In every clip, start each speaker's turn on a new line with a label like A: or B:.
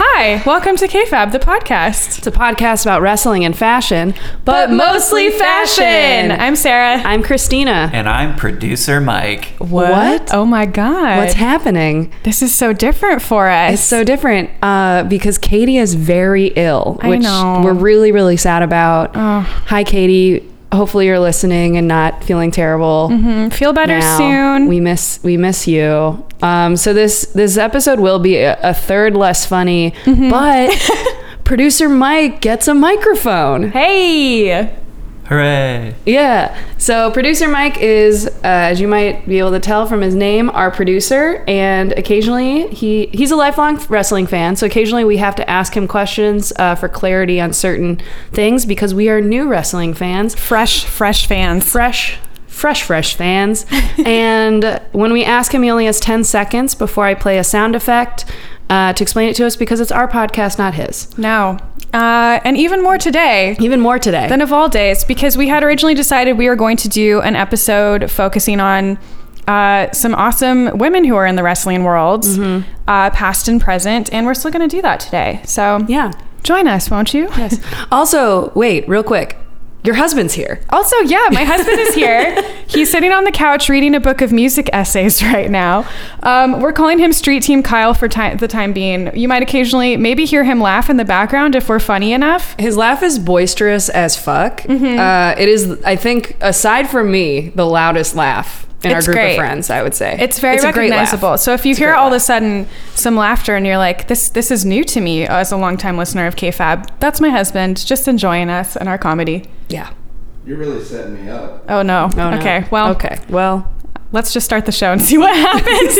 A: Hi, welcome to KFAB, the podcast,
B: It's a podcast about wrestling and fashion, but,
A: I'm Sarah.
B: I'm Christina.
C: And I'm producer Mike.
B: What?
A: Oh my God.
B: What's happening?
A: this is so different for
B: It's
A: us.
B: so different uh, because Katie is very ill,
A: I
B: which
A: know.
B: we're really, really sad about.
A: Oh.
B: Hi, Katie. Hopefully you're listening and not feeling terrible.
A: Mm, Feel better
B: now.
A: soon.
B: We miss we miss you. Um, so this this episode will be a, a third less funny,
A: Mm-hmm.
B: but producer Mike gets a microphone.
A: hey.
C: Hooray.
B: Yeah. So producer Mike is, uh, as you might be able to tell from his name, our producer, and occasionally he he's a lifelong wrestling fan. So occasionally we have to ask him questions uh, for clarity on certain things because we are new wrestling fans,
A: Fresh, fresh fans.
B: fresh. Fresh, fresh fans. and when we ask him, he only has 10 seconds before I play a sound effect uh, to explain it to us because it's our podcast, not his.
A: No. Uh, and even more today.
B: Even more today.
A: than of all days because we had originally decided we were going to do an episode focusing on uh, some awesome women who are in the wrestling world,
B: Mm-hmm.
A: uh, past and present, and we're still going to do that today. So
B: yeah.
A: join us, won't you?
B: Yes. also, wait, real quick. Your husband's here.
A: Also, yeah, my husband is here. He's sitting on the couch reading a book of music essays right now. Um, we're calling him Street Team Kyle for ti- the time being. You might occasionally maybe hear him laugh in the background if we're funny enough.
B: His laugh is boisterous as fuck.
A: Mm-hmm.
B: Uh, it is, I think, aside from me, the loudest laugh in
A: It's
B: our group
A: great.
B: of friends. I would say
A: It's very
B: a great laugh.
A: recognizable. So if you
B: a
A: hear
B: great
A: all of a
B: laugh.
A: sudden some laughter and you're like, this this is new to me as a longtime listener of KFAB, that's my husband just enjoying us and our comedy.
B: yeah.
D: You're really setting me up.
A: Oh no.
B: Oh, no.
A: okay. Well,
B: okay. Well,
A: let's just start the show and see what happens.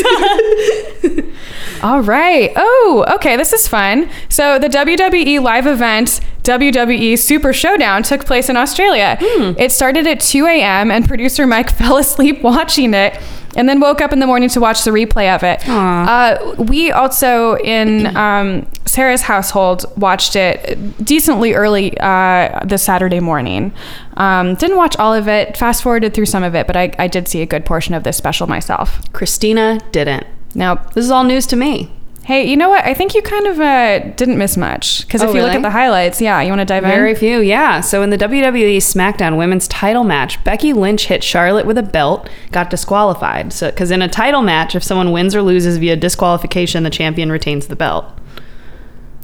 A: all right. Oh, okay. This is fun. So the WWE live event. WWE Super Showdown took place in Australia. It started at 2 a.m., and producer Mike fell asleep watching it and then woke up in the morning to watch the replay of it.
B: Aw.
A: Uh, we also in um, Sarah's household watched it decently early uh, this Saturday morning. Um, didn't watch all of it. Fast forwarded through some of it, but I, I did see a good portion of this special myself.
B: Christina didn't.
A: Nope.
B: This is all news to me.
A: Hey, you know what? I think you kind of uh, didn't miss much because if
B: Oh,
A: you look
B: really?
A: at the highlights, yeah, you want to dive
B: Very
A: in.
B: few, yeah. So in the WWE SmackDown Women's Title match, Becky Lynch hit Charlotte with a belt, got disqualified. So because in a title match, if someone wins or loses via disqualification, the champion retains the belt.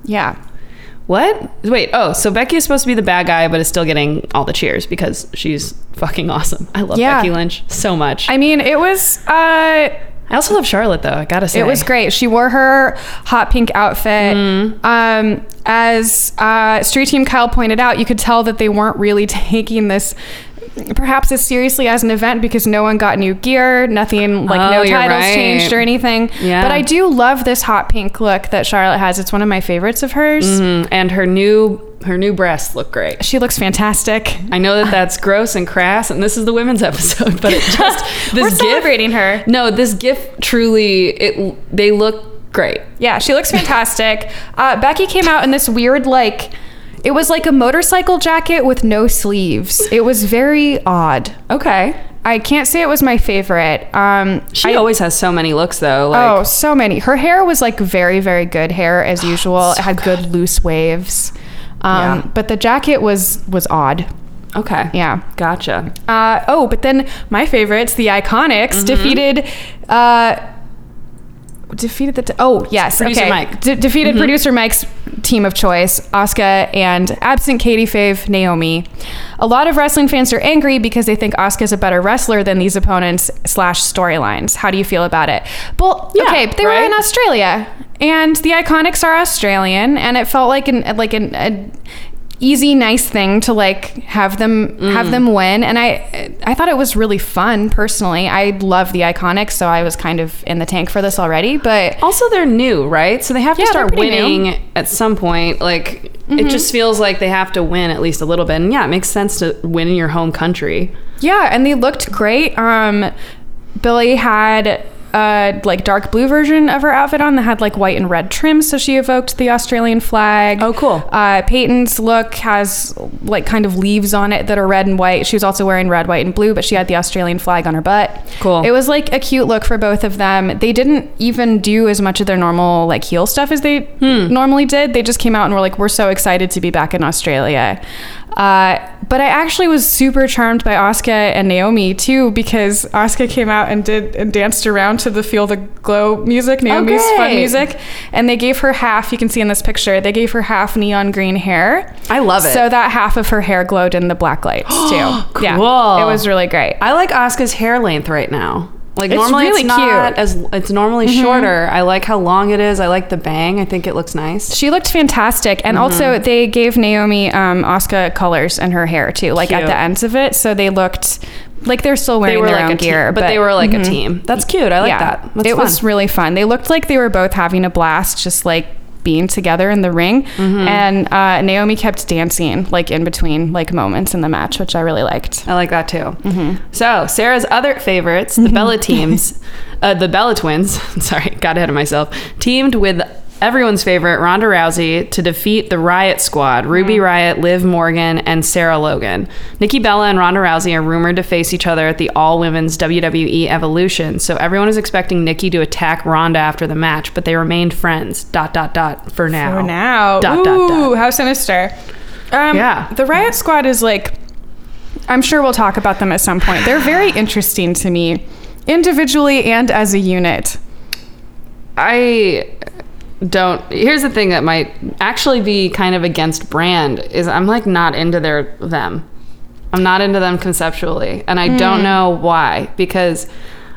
A: Yeah.
B: What? Wait, oh, so Becky is supposed to be the bad guy, but is still getting all the cheers because she's fucking awesome. I love
A: Yeah.
B: Becky Lynch so much. I,
A: I mean, it was. Uh,
B: also love Charlotte, though, I gotta say.
A: It was great. She wore her hot pink outfit.
B: Mm-hmm.
A: Um, as uh, Street Team Kyle pointed out, you could tell that they weren't really taking this perhaps as seriously as an event because no one got new gear, nothing like
B: Oh,
A: no
B: you're
A: titles
B: right.
A: changed or anything.
B: Yeah.
A: But I do love this hot pink look that Charlotte has. It's one of my favorites of hers.
B: Mm, and her new her new breasts look great.
A: She looks fantastic.
B: I know that that's gross and crass, and this is the women's episode, but it just this
A: We're
B: gif-
A: celebrating her.
B: No, this gift truly it they look great.
A: Yeah, she looks fantastic. Uh, Becky came out in this weird, like, it was like a motorcycle jacket with no sleeves. It was very odd.
B: Okay.
A: I can't say it was my favorite. Um,
B: She
A: I-
B: always has so many looks though. Like
A: oh, so many. Her hair was like very, very good hair as usual. it had good loose waves. Um,
B: Oh, Yeah.
A: But the jacket was was odd.
B: okay.
A: Oh. Yeah.
B: Gotcha.
A: Uh, oh, but then my favorites, the Iconics,
B: Mm-hmm.
A: defeated. Uh, defeated the. T- oh yes,
B: Producer
A: okay.
B: Mike. Mm-hmm.
A: De- defeated producer Mike's team of choice, Asuka and absent Katie Fave Naomi. A lot of wrestling fans are angry because they think Asuka's a better wrestler than these opponents slash storylines. How do you feel about it? Well,
B: Yeah,
A: okay, but they were
B: right?
A: in Australia, and the Iconics are Australian, and it felt like an like an. A, easy nice thing to like have them
B: Mm.
A: have them win and i i thought it was really fun personally i love the iconics so i was kind of in the tank for this already but
B: Also, they're new, right? So they have to
A: Yeah, they're
B: start
A: pretty Mm-hmm.
B: winning at some point. Like, it just feels like they have to win at least a little bit. And yeah, it makes sense to win in your home country.
A: yeah and they looked great um billy had a like dark blue version of her outfit on that had like white and red trim, so she evoked the Australian flag.
B: Oh, cool.
A: Uh, Peyton's look has like kind of leaves on it that are red and white. She was also wearing red, white, and blue, but she had the Australian flag on her butt.
B: Cool.
A: It was like a cute look for both of them. They didn't even do as much of their normal like heel stuff as they normally did. They just came out and were like, "We're so excited to be back in Australia." Uh, but I actually was super charmed by Asuka and Naomi too because Asuka came out and did and danced around to the Feel the Glow music, Naomi's fun
B: great.
A: music, and they gave her half. You can see in this picture, they gave her half neon green hair.
B: I love it.
A: So that half of her hair glowed in the black lights too. Yeah,
B: Cool.
A: it was really great.
B: I like Asuka's hair length right now. Like
A: It's
B: normally
A: really
B: it's not
A: cute. Mm-hmm.
B: as it's normally shorter. I like how long it is. I like the bang. I think it looks nice.
A: She looked fantastic, and also
B: Mm-hmm.
A: they gave Naomi um, Asuka colors in her hair too, like at
B: Cute.
A: the ends of it, so they looked like they're still wearing their own
B: a
A: gear,
B: team, but, they were like a team. That's cute. I like that. That's
A: it
B: fun.
A: was really fun. They looked like they were both having a blast, just like being together in the ring.
B: Mm-hmm.
A: And uh, Naomi kept dancing like in between like moments in the match, which I really liked.
B: I like that too. So Sarah's other favorites, the Bella teams, uh, the Bella twins. Sorry, got ahead of myself. Teamed with everyone's favorite Ronda Rousey to defeat the Riot Squad: Ruby
A: Mm.
B: Riot, Liv Morgan, and Sarah Logan. Nikki Bella and Ronda Rousey are rumored to face each other at the All Women's WWE E Evolution. So everyone is expecting Nikki to attack Ronda after the match, but they remained friends. Dot dot dot. For now.
A: For now,
B: Dot dot dot.
A: ooh, how sinister. Um,
B: Yeah.
A: the Riot Squad is like. I'm sure we'll talk about them at some point. They're very interesting to me, individually and as a unit.
B: I don't. Here's the thing that might actually be kind of against brand is I'm like not into their them. I'm not into them conceptually, and I don't
A: Mm.
B: know why because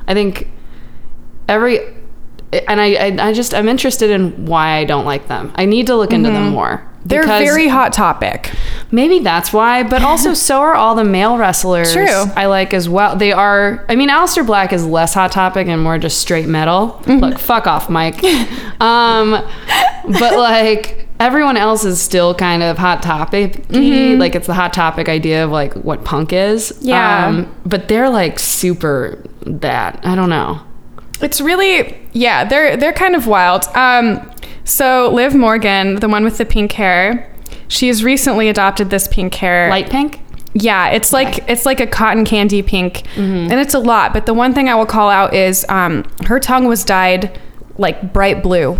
B: I think every and I, I I just I'm interested in why I don't like them. I need to look into them more.
A: Mm-hmm. They're
B: because
A: very hot topic.
B: Maybe that's why, but also so are all the male wrestlers
A: True.
B: I like as well. They are, I mean, Aleister Black is less hot topic and more just straight metal. Look, fuck off, Mike. um, but like everyone else is still kind of hot topic Like it's the hot topic idea of like what punk is. Um,
A: Yeah.
B: but they're like super that. I don't know.
A: It's really yeah, they're they're kind of wild. Um, so Liv Morgan, the one with the pink hair, she's recently adopted this pink hair.
B: Light pink?
A: Yeah, it's like it's like a cotton candy pink,
B: Mm-hmm.
A: and it's a lot. But the one thing I will call out is um, her tongue was dyed like bright blue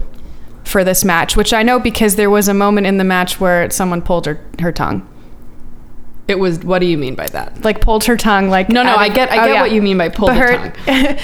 A: for this match, which I know because there was a moment in the match where someone pulled her her tongue,
B: It was, what do you mean by that?
A: like pulled her tongue. Like
B: No, no,
A: out
B: I
A: of-
B: get, I
A: oh,
B: get
A: yeah.
B: what you mean by pull
A: But
B: the
A: her,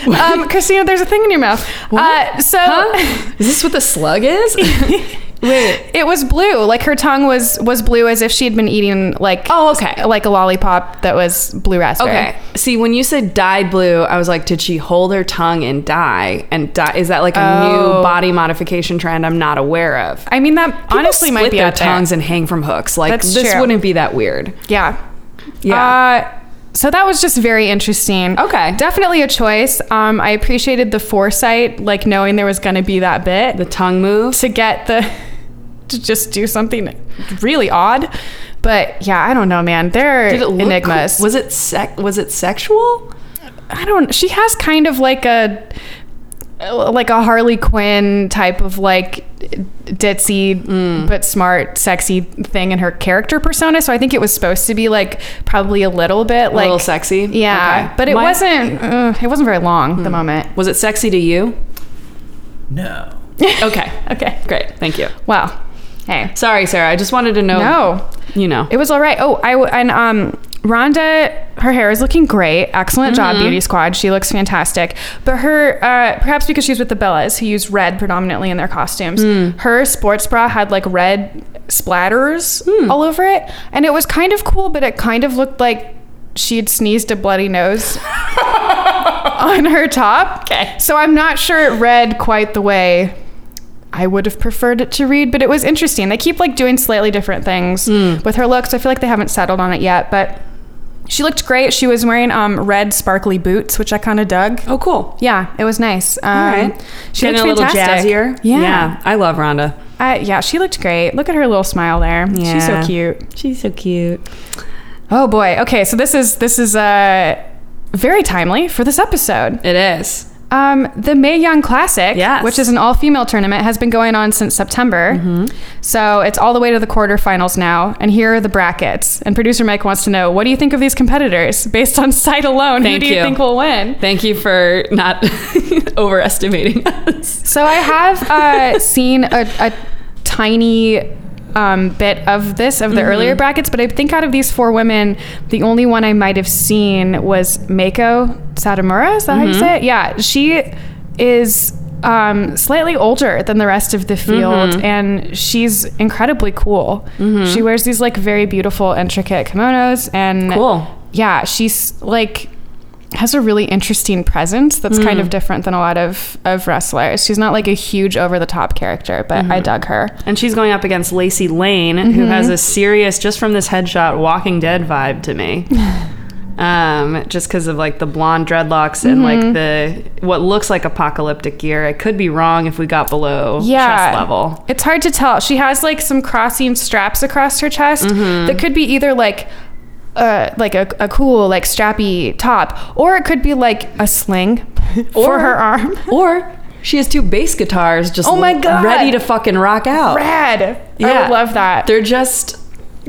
B: tongue.
A: um, Christina, there's a thing in your mouth. Uh, so.
B: Huh? Is this what the slug is? Wait.
A: It was blue. Like her tongue was was blue as if she had been eating like
B: Oh, okay.
A: like a lollipop that was blue raspberry.
B: Okay. See, when you said dyed blue, I was like, did she hold her tongue and dye? And dye is that like a
A: Oh.
B: new body modification trend I'm not aware of?
A: I mean that
B: People
A: honestly
B: split
A: might be
B: their
A: out there.
B: tongues and hang from hooks. Like
A: That's
B: this
A: true.
B: wouldn't be that weird.
A: Yeah.
B: Yeah.
A: Uh, so that was just very interesting.
B: Okay.
A: Definitely a choice. Um, I appreciated the foresight, like knowing there was going to be that bit
B: the tongue move.
A: to get the to just do something really odd. But yeah, I don't know, man. They're
B: Did it look
A: enigmas.
B: cool? Was it sec- was it sexual?
A: I don't. She has kind of like a like a Harley Quinn type of like ditzy
B: Mm.
A: but smart, sexy thing in her character persona. So I think it was supposed to be like probably a little bit like
B: little sexy?
A: Yeah,
B: Okay.
A: but it
B: My- Hmm.
A: wasn't. Uh, it wasn't very long. The moment.
B: Was it sexy to you?
C: No.
B: Okay.
A: Okay.
B: Great. Thank you.
A: Well. Hey.
B: Sorry, Sarah. I just wanted to know.
A: No.
B: You know.
A: It was all right. Oh, I w- and um, Rhonda, her hair is looking great. Excellent job, Beauty Squad. She looks fantastic. But her, uh, perhaps because she's with the Bellas, who use red predominantly in their costumes, her sports bra had like red splatters all over it, and it was kind of cool. But it kind of looked like she'd sneezed a bloody nose on her top.
B: Okay.
A: So I'm not sure it read quite the way I would have preferred it to read, but it was interesting. They keep like doing slightly different things
B: Hmm.
A: with her looks. I feel like they haven't settled on it yet, but she looked great. She was wearing um, red sparkly boots, which I kind of dug.
B: Oh, cool.
A: Yeah, it was nice. Um,
B: All right.
A: She
B: Getting
A: looked
B: a little
A: fantastic.
B: jazzier.
A: Yeah.
B: yeah. I love Rhonda.
A: I- yeah, she looked great. Look at her little smile there. She's so
B: Yeah.
A: cute.
B: She's so cute.
A: Oh boy. Okay, so this is this is uh very timely for this episode.
B: It is.
A: Um, the Mae Young Classic,
B: Yes.
A: which is an all female tournament, has been going on since September.
B: Mm-hmm.
A: So it's all the way to the quarterfinals now. And here are the brackets. And producer Mike wants to know what do you think of these competitors based on sight alone? who
B: Thank
A: do you,
B: you.
A: think will win?
B: Thank you for not overestimating us.
A: So I have uh, seen a, a tiny um, bit of this of the earlier brackets, but I think out of these four women, the only one I might have seen was Mako Satomura. Is that how you say it? Yeah, she is. Um, slightly older than the rest of the field, and she's incredibly cool. She wears these like very beautiful, intricate kimonos, and
B: Cool.
A: yeah, she's like has a really interesting presence that's kind
B: Mm.
A: of different than a lot of of wrestlers. She's not like a huge over the top character, but
B: Mm-hmm.
A: I dug her.
B: And she's going up against Lacey Lane,
A: Mm-hmm.
B: who has a serious, just from this headshot, Walking Dead vibe to me. um, just because of like the blonde dreadlocks and
A: Mm-hmm.
B: like the what looks like apocalyptic gear. I could be wrong if we got below
A: Yeah.
B: chest level.
A: It's hard to tell. She has like some crossing straps across her chest
B: Mm-hmm.
A: that could be either like uh, like a, a cool like strappy top or it could be like a sling for
B: Or-
A: her arm
B: Or she has two bass guitars just
A: Oh my God.
B: ready to fucking rock out.
A: rad i
B: Yeah.
A: would love that
B: They're just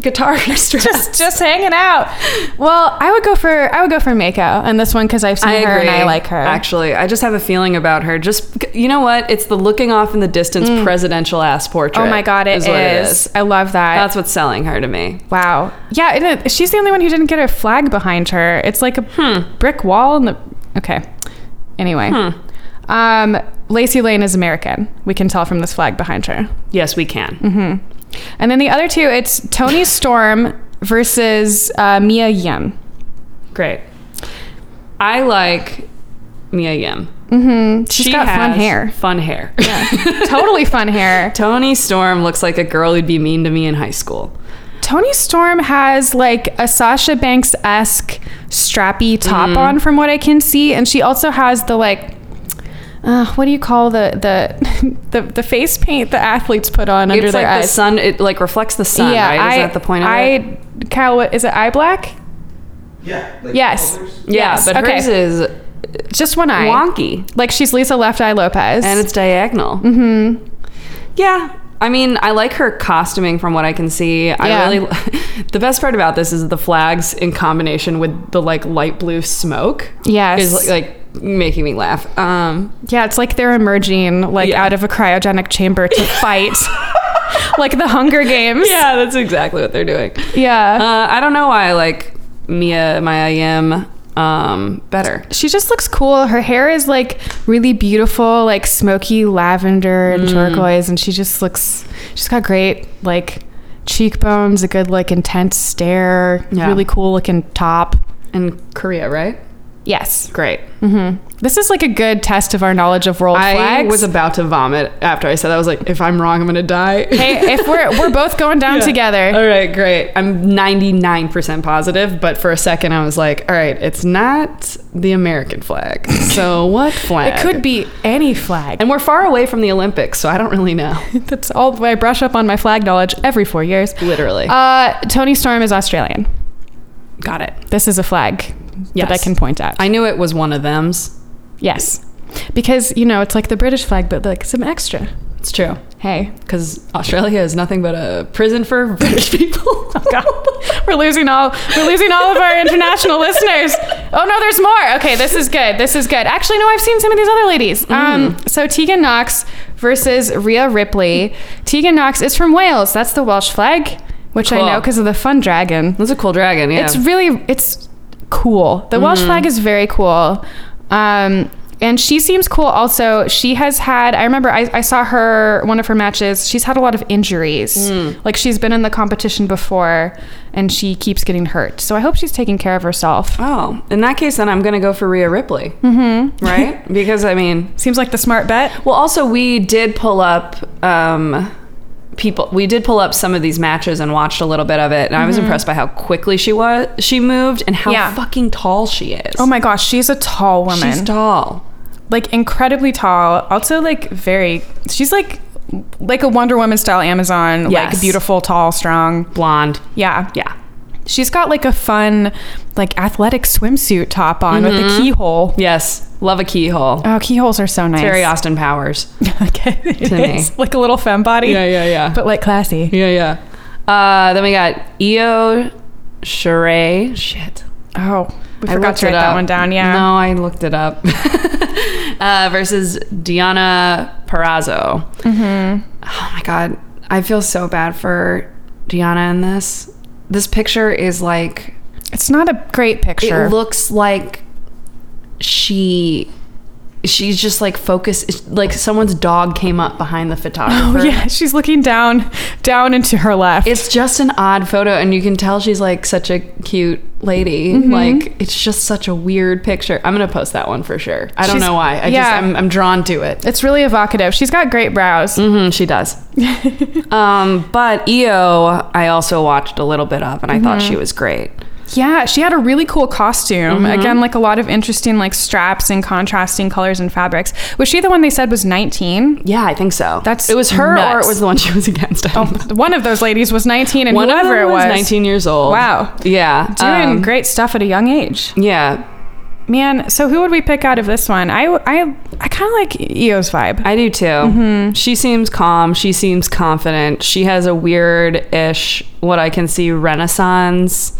B: guitar straps.
A: just just hanging out well i would go for i would go for mako and this one because i've seen
B: I
A: her
B: agree.
A: and i like her
B: Actually, I just have a feeling about her. Just you know what? It's the looking off in the distance presidential ass portrait.
A: Mm. Oh my god, it is.
B: is what it is.
A: I love that.
B: That's what's selling her to me.
A: wow. Yeah, and it, she's the only one who didn't get a flag behind her. It's like a
B: Hmm.
A: brick wall. And the, okay. Anyway,
B: Hmm.
A: um, Lacey Lane is American. We can tell from this flag behind her.
B: Yes, we can.
A: Mm-hmm. And then the other two, it's Tony Storm versus uh, Mia Yim.
B: Great. I like Mia Yim.
A: Mm-hmm. she's got fun
B: has
A: hair.
B: Fun hair.
A: totally fun hair.
B: Tony Storm looks like a girl who'd be mean to me in high school.
A: Tony Storm has like a Sasha Banks esque strappy top
B: Mm-hmm.
A: on, from what I can see, and she also has the like, uh, what do you call the the the, the face paint the athletes put on under
B: it's
A: their
B: like the
A: eyes?
B: sun. It like reflects the sun.
A: yeah,
B: right? Is
A: I,
B: that the point of
A: I,
B: it?
A: Kyle, what, is it eye black?
D: Yeah. Like oh,
A: Yes.
D: colors?
B: Yeah,
A: yes,
B: but
A: okay.
B: hers is
A: Just one eye.
B: wonky.
A: Like she's Lisa Left Eye Lopez.
B: and it's diagonal. Mm-hmm. Yeah. I mean, I like her costuming from what I can see.
A: Yeah.
B: I really the best part about this is the flags in combination with the like light blue smoke.
A: Yes.
B: Is like making me laugh. Um
A: yeah, it's like they're emerging like
B: Yeah.
A: out of a cryogenic chamber to fight, like the Hunger Games.
B: yeah, that's exactly what they're doing.
A: Yeah.
B: Uh, I don't know why I like Mia Maya Yim um better.
A: she just looks cool. Her hair is like really beautiful, like smoky lavender
B: Mm.
A: and turquoise, and she just looks. She's got great like cheekbones, a good like intense stare,
B: Yeah.
A: really cool looking top.
B: In Korea, right?
A: Yes,
B: Great.
A: this is like a good test of our knowledge of world
B: Mm-hmm. I
A: flags.
B: was about to vomit after I said that. I was like, if I'm wrong, I'm gonna die.
A: hey, if we're we're both going down
B: Yeah.
A: together.
B: All right, great. I'm 99% positive, but for a second I was like, all right, it's not the American flag. So what flag?
A: It could be any flag.
B: And we're far away from the Olympics, so I don't really know.
A: That's all I brush up on my flag knowledge every four years.
B: Literally.
A: Uh, Tony Storm is Australian.
B: Got it.
A: This is a flag that I
B: Yes.
A: can point at.
B: I knew it was one of them's.
A: Yes. Because, you know, it's like the British flag, but like some extra.
B: It's true.
A: Hey.
B: Because Australia is nothing but a prison for British people.
A: Oh, We're losing all we're losing all of our international listeners. Oh no, there's more. Okay, this is good. This is good. Actually, no, I've seen some of these other ladies. Um, so Tegan Knox versus Rhea Ripley. Tegan Knox is from Wales. That's the Welsh flag, which
B: Cool.
A: I know because of the fun dragon.
B: That's a cool dragon, yeah.
A: It's really it's cool. The Welsh flag is very cool. Um and she seems cool also. She has had I remember I, I saw her one of her matches. She's had a lot of injuries. Like she's been in the competition before and she keeps getting hurt. So I hope she's taking care of herself.
B: oh, in that case, then I'm going to go for Rhea Ripley. Mm-hmm. Right? Because, I mean,
A: Seems like the smart bet.
B: Well, also we did pull up um, people. We did pull up some of these matches and watched a little bit of it, and I was impressed by how quickly she was. She moved and how
A: Mm-hmm. Yeah.
B: fucking tall she is.
A: Oh my gosh, she's a tall woman.
B: she's tall.
A: like incredibly tall. Also like very she's like like a Wonder Woman style Amazon,
B: Yes.
A: like beautiful, tall, strong.
B: Blonde.
A: Yeah.
B: Yeah.
A: She's got like a fun, like athletic swimsuit top on with a keyhole.
B: Yes. Love a keyhole.
A: Mm-hmm. Oh, keyholes are so nice.
B: Very Austin Powers.
A: okay. it
B: To me.
A: is. Like a little femme body.
B: yeah, yeah.
A: But like classy.
B: yeah, yeah. Uh, then we got Io Sheree. Shit.
A: Oh, we
B: I
A: forgot
B: looked
A: to
B: it
A: write that
B: up.
A: one down. Yeah.
B: No, I looked it up. uh, versus Diana Perrazzo. Mm-hmm. Oh my God. I feel so bad for Diana in this. This picture is like,
A: It's not a great picture.
B: it looks like she. She's just like focused, like someone's dog came up behind the photographer.
A: oh, yeah. She's looking down, down into her left.
B: It's just an odd photo, and you can tell she's like such a cute lady.
A: Mm-hmm.
B: Like it's just such a weird picture. I'm gonna post that one for sure. I don't
A: She's-
B: know why. I just
A: yeah.
B: I'm, I'm drawn to it.
A: it's really evocative. She's got great brows.
B: Mm, she does. um, but EO, I also watched a little bit of, and I thought
A: Mm-hmm.
B: she was great.
A: Yeah, she had a really cool costume.
B: Mm-hmm.
A: Again, like a lot of interesting like straps and contrasting colors and fabrics. Was she the one they said was 19?
B: Yeah, I think so.
A: That's
B: it was her, or
A: nuts.
B: it was the one she was against. I don't know.
A: One of those ladies was 19 and
B: One of
A: whoever
B: them
A: it was.
B: 19 years old.
A: Wow.
B: Yeah.
A: Doing
B: um,
A: great stuff at a young age.
B: Yeah.
A: Man, so who would we pick out of this one? I I I kind of like Io's vibe.
B: I do too. She seems calm. She seems confident. She has a weird ish, what I can see, renaissance.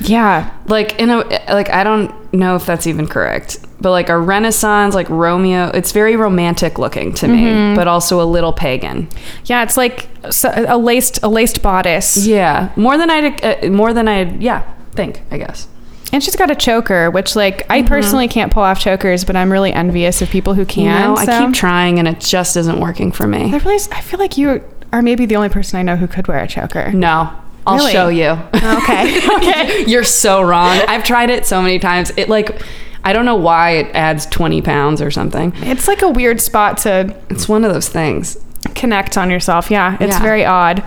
A: yeah.
B: Like, in a, like, I don't know if that's even correct, but like a renaissance, like Romeo, it's very romantic looking to me, but also a little pagan.
A: Yeah, it's like so- a laced a laced bodice.
B: Yeah. More than I'd, uh, more than I'd, yeah, think, I guess.
A: And she's got a choker, which like I personally can't pull off chokers, but I'm really envious of people who
B: You
A: can.
B: know, I
A: so-
B: keep trying and it just isn't working for
A: I
B: me.
A: really, I feel like you are maybe the only person I know who could wear a choker.
B: No. I'll
A: Really? Oh,
B: show you.
A: Okay. okay.
B: You're so wrong. I've tried it so many times. It like I don't know why it adds 20 pounds or something.
A: It's like a weird spot to
B: It's one of those things.
A: connect on yourself. Yeah, it's
B: Yeah.
A: very odd.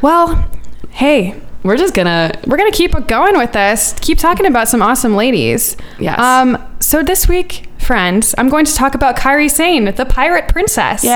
A: Well, hey,
B: We're just gonna
A: we're gonna keep going with this. Keep talking about some awesome ladies.
B: Yes.
A: Um. So this week, friends, I'm going to talk about Kyrie Sane, the pirate princess.
B: Yay!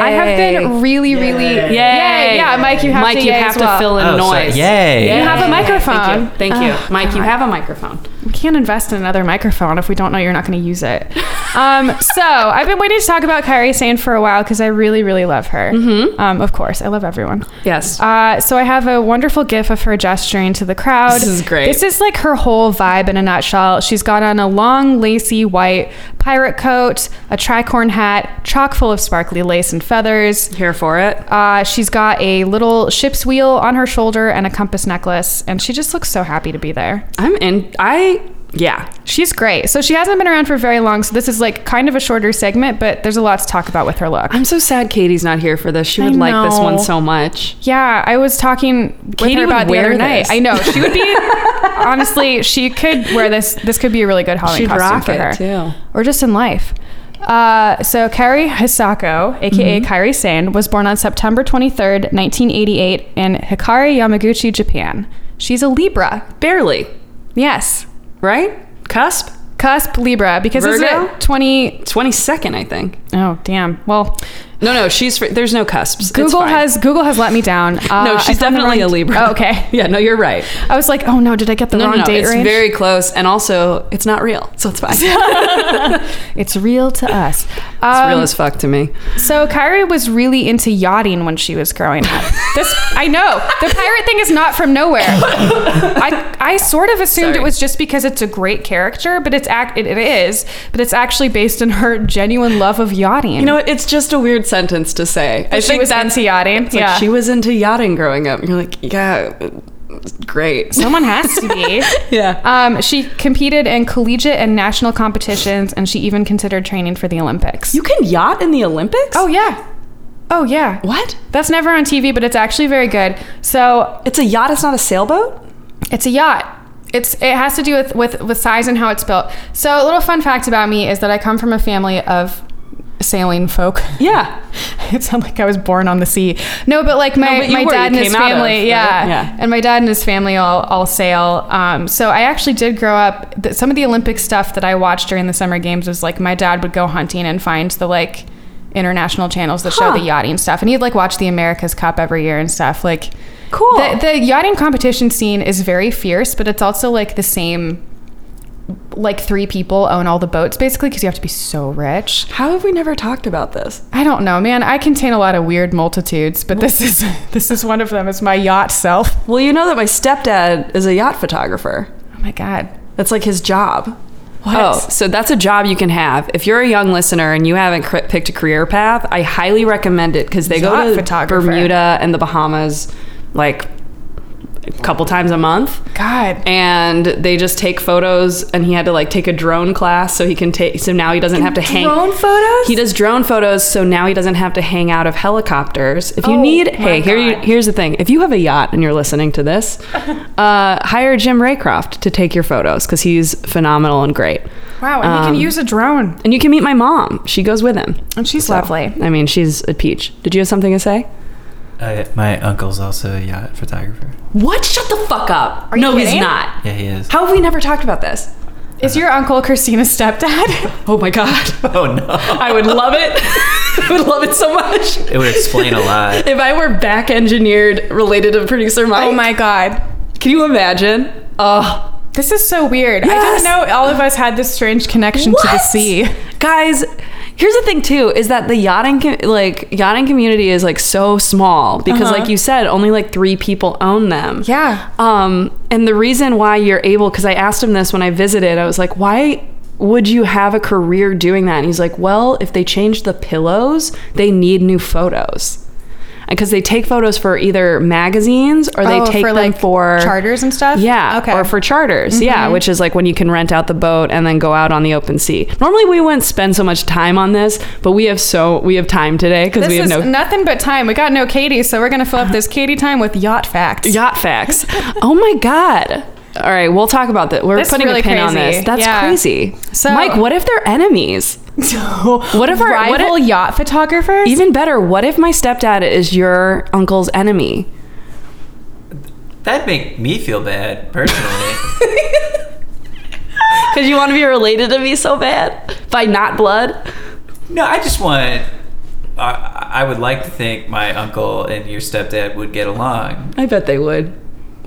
A: I
B: I
A: have been really, really
C: Yay.
A: yay. Yeah, Mike, you have
B: Mike,
A: to.
B: you
A: yay
B: have
A: as well.
B: to fill in
C: Oh, sorry.
B: noise.
C: Yay.
A: You have a
B: Yay.
A: microphone.
B: Thank you. Thank you.
A: Oh,
B: Mike, you
A: God.
B: have a microphone.
A: We can't invest in another microphone if we don't know you're not going to use it. Um, so I've been waiting to talk about Kyrie Sane for a while because I really, really love her.
B: Mm-hmm.
A: Um, of course, I love everyone.
B: Yes.
A: Uh, so I have a wonderful gif of her gesturing to the crowd.
B: This is great.
A: This is like her whole vibe in a nutshell. She's got on a long, lacy white pirate coat, a tricorn hat, chock full of sparkly lace and feathers.
B: Here for it.
A: Uh, she's got a little ship's wheel on her shoulder and a compass necklace, and she just looks so happy to be there.
B: I'm in. I yeah.
A: She's great. So she hasn't been around for very long. So this is like kind of a shorter segment, but there's a lot to talk about with her look.
B: I'm so sad Katie's not here for this. She would
A: I
B: like this one
A: know.
B: so much.
A: Yeah, I was talking with
B: Katie
A: her
B: would
A: about the
B: wear
A: other night.
B: this.
A: I know she would be. honestly, she could wear this. This could be a really good Halloween
B: She'd
A: costume
B: rock
A: for
B: it,
A: her,
B: too.
A: or just in life. Uh, so Carrie Hisako, aka
B: Mm-hmm.
A: Kairi Sane, was born on September 23rd, 1988, in Hikari, Yamaguchi, Japan. She's a Libra.
B: Barely,
A: Yes,
B: right? Cusp.
A: cusp Libra because is
B: Virgo?
A: it 20?
B: 22nd, I think.
A: Oh damn. Well,
B: No, no, she's fr- there's no cusps. It's
A: Google
B: fine.
A: has Google has let me down. Uh,
B: no,
A: I
B: she's
A: found the
B: definitely
A: wrong-
B: a Libra.
A: Oh, okay.
B: Yeah, no, you're right.
A: I was like, oh no, did I get the
B: No,
A: wrong
B: no, no,
A: date
B: it's
A: range?
B: very close, and also it's not real, so it's fine. it's
A: It's real to us.
B: real
A: Um,
B: as fuck to me.
A: so Kyrie was really into yachting when she was growing up. This I know. The pirate thing is not from nowhere. I I sort of assumed it
B: Sorry.
A: was just because it's a great character, but it's act it, it is, but it's actually based in her genuine love of yachting.
B: You know, what? it's just a weird sentence to say. I
A: she was into yachting.
B: like,
A: yeah.
B: she was into yachting growing up. You're like, yeah, great.
A: Someone has to be.
B: Yeah.
A: Um, she competed in collegiate and national competitions, and she even considered training for the Olympics.
B: you can yacht in the Olympics?
A: oh yeah. Oh yeah.
B: what?
A: That's never on TV, but it's actually very good. So
B: It's a yacht. It's not a sailboat.
A: it's a yacht. It's it has to do with with with size and how it's built. So a little fun fact about me is that I come from a family of sailing folk.
B: Yeah.
A: it sounded like I was born on the sea. No, but like my,
B: No, but you
A: my
B: were, you
A: dad and his
B: came out of,
A: family,
B: right?
A: yeah.
B: Yeah.
A: and my dad and his family all all sail. Um, so I actually did grow up. Th- some of the Olympic stuff that I watched during the summer games was like my dad would go hunting and find the like international channels that show
B: Huh.
A: the yachting stuff, and he'd like watch the America's Cup every year and stuff. Like,
B: Cool.
A: The, the yachting competition scene is very fierce, but it's also like the same like three people own all the boats basically because you have to be so rich.
B: How have we never talked about this?
A: I don't know, man. I contain a lot of weird multitudes, but this is this is one of them. It's my yacht self.
B: Well, you know that my stepdad is a yacht photographer.
A: Oh my god.
B: That's like his job. Oh, so that's a job you can have. If you're a young listener and you haven't cr- picked a career path, I highly recommend it because they
A: Yacht
B: go to
A: photographer.
B: Bermuda and the Bahamas like a couple times a month.
A: God.
B: And they just take photos, and he had to like take a drone class so he can take. So now he doesn't have to hang.
A: drone photos?
B: He does drone photos, so now he doesn't have to hang out of helicopters. If you
A: Oh,
B: need,
A: my
B: hey, here you,
A: God.
B: here's the thing: if you have a yacht and you're listening to this, uh, hire Jim Raycroft to take your photos because he's phenomenal and great.
A: Wow, and you
B: Um,
A: can use a drone.
B: And you can meet my mom; she goes with him.
A: And she's
B: So,
A: lovely.
B: I mean, she's a peach. Did you have something to say?
C: Uh, my uncle's also a yacht photographer.
B: What? Shut the fuck up!
A: Are you
B: no, he's
A: kidding?
B: not.
C: Yeah, he is.
B: How have we never talked about this?
A: Is your uncle Christina's stepdad?
B: Oh my god.
C: Oh no!
B: I would love it. I would love it so much.
C: It would explain a lot.
B: If I were back engineered related to producer Mike.
A: oh my god.
B: Can you imagine? Oh.
A: This is so weird.
B: Yes.
A: I didn't know all of us had this strange connection to the sea.
B: Guys, here's the thing too is that the yachting com- like yachting community is like so small because
A: Uh-huh.
B: like you said only like 3 people own them.
A: Yeah.
B: Um and the reason why you're able cuz I asked him this when I visited I was like why would you have a career doing that? And he's like, "Well, if they change the pillows, they need new photos." Because they take photos for either magazines or they
A: Oh,
B: take them
A: like
B: for
A: charters and stuff.
B: Yeah.
A: Okay. Mm-hmm.
B: Or for charters. Yeah. Which is like when you can rent out the boat and then go out on the open sea. Normally we wouldn't spend so much time on this, but we have so we have time today because
A: this
B: we have
A: is
B: no
A: nothing but time. We got no Katie, so we're gonna fill up this Katie time with yacht facts.
B: yacht facts. oh my god. All right, we'll talk about that. We're
A: This is
B: putting
A: really
B: a pin on
A: crazy.
B: this. That's
A: Yeah.
B: crazy.
A: So-
B: Mike, what if they're enemies?
A: what
B: if our- what
A: rival
B: if-
A: yacht photographers?
B: Even better, what if my stepdad is your uncle's enemy?
C: That'd make me feel bad personally.
B: Because you want to be related to me so bad by not blood.
C: No, I just want. I, I would like to think my uncle and your stepdad would get along.
B: I bet they would.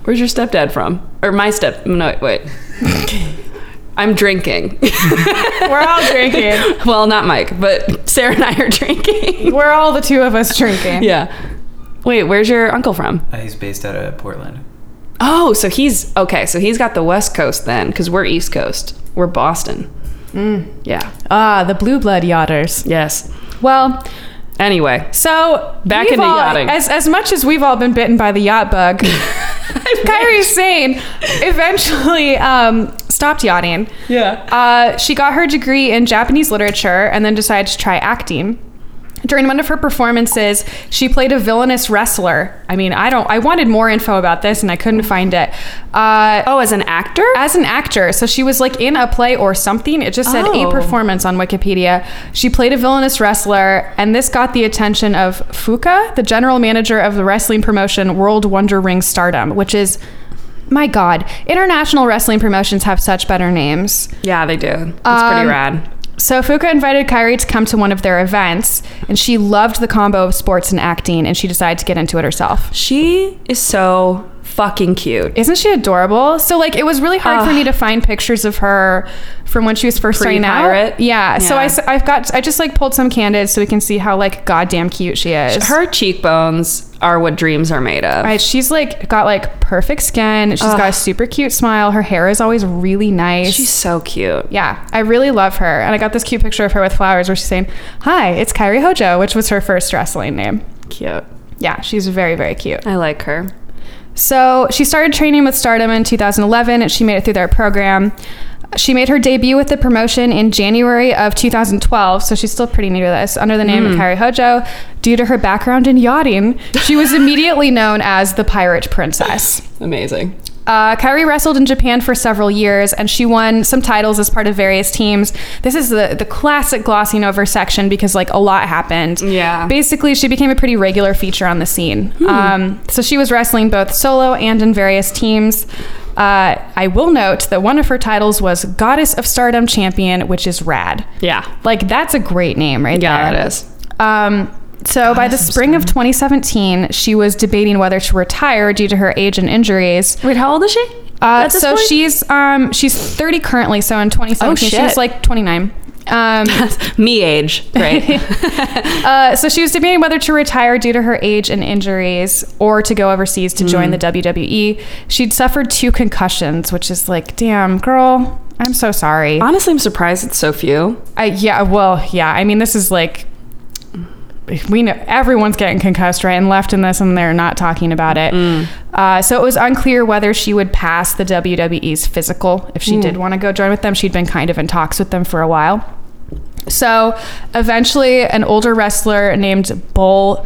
B: Where's your stepdad from? Or my step? No, wait. I'm drinking.
A: we're all drinking.
B: well, not Mike, but Sarah and I are drinking.
A: We're all the two of us drinking.
B: yeah. Wait, where's your uncle from?
C: Uh, he's based out of Portland.
B: Oh, so he's okay. So he's got the West Coast then, because we're East Coast. We're Boston. Yeah.
A: Ah, the blue blood yachters.
B: Yes.
A: Well,
B: Anyway,
A: so
B: Back
A: we've
B: into
A: all-
B: yachting.
A: As as much as we've all been bitten by the yacht bug, Kyrie's saying eventually um, stopped yachting.
B: yeah.
A: Uh, she got her degree in Japanese literature and then decided to try acting. During one of her performances, she played a villainous wrestler. I mean, I don't. I wanted more info about this, and I couldn't find it. Uh,
B: Oh, as an actor?
A: as an actor. So she was like in a play or something. It just said
B: Oh.
A: a performance on Wikipedia. She played a villainous wrestler, and this got the attention of Fuka, the general manager of the wrestling promotion World Wonder Ring Stardom, which is. My God, international wrestling promotions have such better names.
B: yeah, they do. It's
A: Um,
B: pretty rad.
A: So Fuka invited Kyrie to come to one of their events, and she loved the combo of sports and acting, and she decided to get into it herself.
B: She is so fucking cute.
A: Isn't she adorable? So like it was really hard for
B: Ugh.
A: me to find pictures of her from when she was 1st starting
B: Pre-pirate?
A: out. Yeah. So
B: Yeah.
A: I have got I just like pulled some candid so we can see how like goddamn cute she is.
B: Her cheekbones are what dreams are made of.
A: Right, she's like got like perfect skin. She's got a
B: Ugh.
A: super cute smile. Her hair is always really nice.
B: She's so cute.
A: yeah, I really love her. And I got this cute picture of her with flowers where she's saying, "Hi, it's Kyrie Hojo," which was her first wrestling name.
B: Cute.
A: Yeah, she's very very cute.
B: I like her.
A: So she started training with Stardom in 2011 and she made it through their program. She made her debut with the promotion in January of 2012, so she's still pretty new to this, under the name of Kairi Hojo. Due to her background in yachting, she was immediately known as the Pirate Princess.
B: Amazing.
A: Uh, Kyrie wrestled in Japan for several years, and she won some titles as part of various teams. This is the the classic glossing over section because like a lot happened.
B: Yeah.
A: Basically, she became a pretty regular feature on the scene.
B: Hmm.
A: Um, so she was wrestling both solo and in various teams. Uh, I will note that one of her titles was Goddess of Stardom Champion, which is rad.
B: Yeah.
A: Like that's a great name right
B: Yeah,
A: there.
B: it is.
A: Um, So by the spring of 2017, she was debating whether to retire due to her age and injuries.
B: Wait, how old is she?
A: Uh,
B: At this
A: so
B: point? Oh,
A: she's um she's 30 currently. So in 2017, she
B: shit.
A: was like 29. Um,
B: me age, right?
A: uh, so she was debating whether to retire due to her age and injuries or to go overseas to join the WWE. She'd suffered two concussions, which is like, damn, girl, I'm so sorry.
B: Honestly, I'm surprised it's so few.
A: I, yeah, well, yeah. I mean, this is like we know everyone's getting concussed right and left in this, and they're not talking about it.
B: Mm.
A: Uh, so it was unclear whether she would pass the WWE's physical if
B: Mm.
A: she did want to go join with them. She'd been kind of in talks with them for a while. So eventually, an older wrestler named Bull,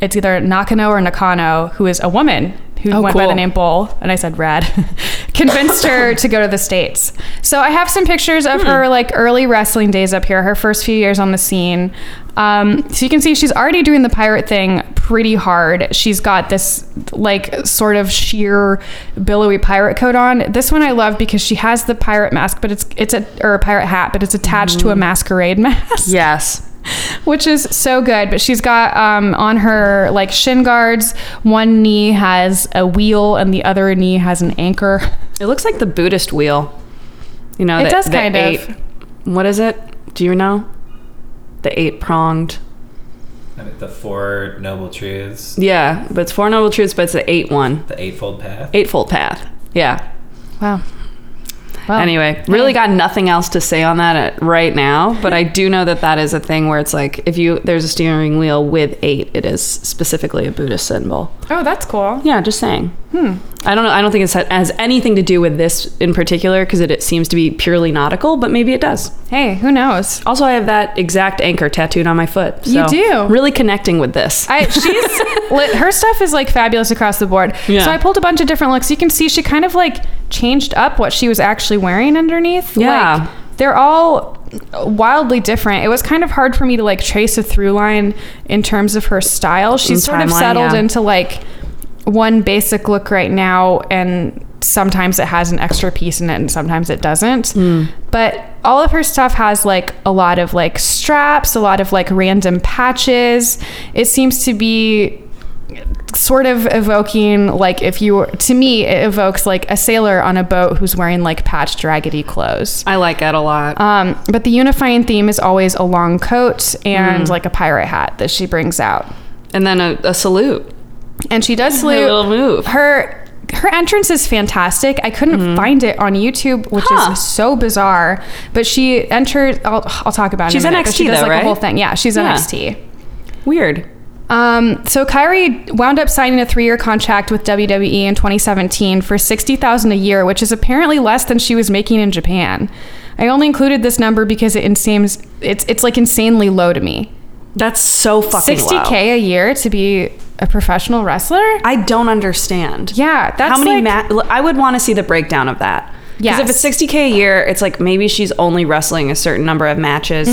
A: it's either Nakano or Nakano, who is a woman who
B: Oh,
A: went by
B: cool.
A: the name Bull, and I said rad, convinced her to go to the States. So I have some pictures of her like early wrestling days up here, her first few years on the scene. Um, so you can see she's already doing the pirate thing pretty hard. She's got this like sort of sheer billowy pirate coat on. This one I love because she has the pirate mask, but it's it's a or a pirate hat, but it's attached to a masquerade mask
B: Yes.
A: which is so good. But she's got um, on her like shin guards. One knee has a wheel, and the other knee has an anchor.
B: It looks like the Buddhist wheel. You know,
A: It
B: the-
A: does
B: the
A: kind of.
B: eight- What is it? Do you know? The eight pronged.
C: The Four Noble Truths,
B: Yeah, but it's Four Noble Truths, but it's the eight one.
C: the Eightfold Path.
B: Eightfold Path. Yeah.
A: Wow. Well,
B: Anyway, really got nothing else to say on that at, right now, but I do know that that is a thing where it's like if you there's a steering wheel with eight, it is specifically a Buddhist symbol.
A: Oh, that's cool.
B: Yeah, just saying. Hmm. I don't know. I don't think it has anything to do with this in particular because it, it seems to be purely nautical, but maybe it does.
A: Hey, who knows?
B: Also, I have that exact anchor tattooed on my foot.
A: You
B: so
A: do?
B: really connecting with this.
A: I, she's li- her stuff is like fabulous across the board.
B: Yeah.
A: So I pulled a bunch of different looks. You can see she kind of like changed up what she was actually wearing underneath.
B: Yeah.
A: Like, they're all wildly different. It was kind of hard for me to like trace a through line in terms of her style. She's sort of
B: timeline,
A: settled
B: yeah.
A: into like one basic look right now and sometimes it has an extra piece in it and sometimes it doesn't
B: Hmm.
A: but all of her stuff has like a lot of like straps a lot of like random patches it seems to be sort of evoking like if you were to me it evokes like a sailor on a boat who's wearing like patched raggedy clothes
B: I like that a lot.
A: um, but the unifying theme is always a long coat and
B: Hmm.
A: like a pirate hat that she brings out
B: and then a, a salute.
A: and she does
B: A
A: salute
B: little move. Mm-hmm.
A: her her entrance is fantastic. I couldn't find it on YouTube, which
B: Huh.
A: is so bizarre. But she enters. I'll, I'll talk about. it
B: She's
A: in a minute, 'cause
B: NXT
A: she does
B: though,
A: like
B: right?
A: a whole thing. Yeah, she's
B: Yeah.
A: NXT.
B: Weird.
A: Um, so Kyrie wound up signing a three-year contract with WWE in 2017 for 60,000 a year, which is apparently less than she was making in Japan. I only included this number because it seems it's it's like insanely low to me.
B: That's so fucking
A: 60k
B: low.
A: a year to be a professional wrestler?
B: I don't understand.
A: Yeah, that's
B: How many
A: like,
B: ma- l- I would want to see the breakdown of that. Because
A: Yes.
B: if it's 60K a year, it's like maybe she's only wrestling a certain number of matches.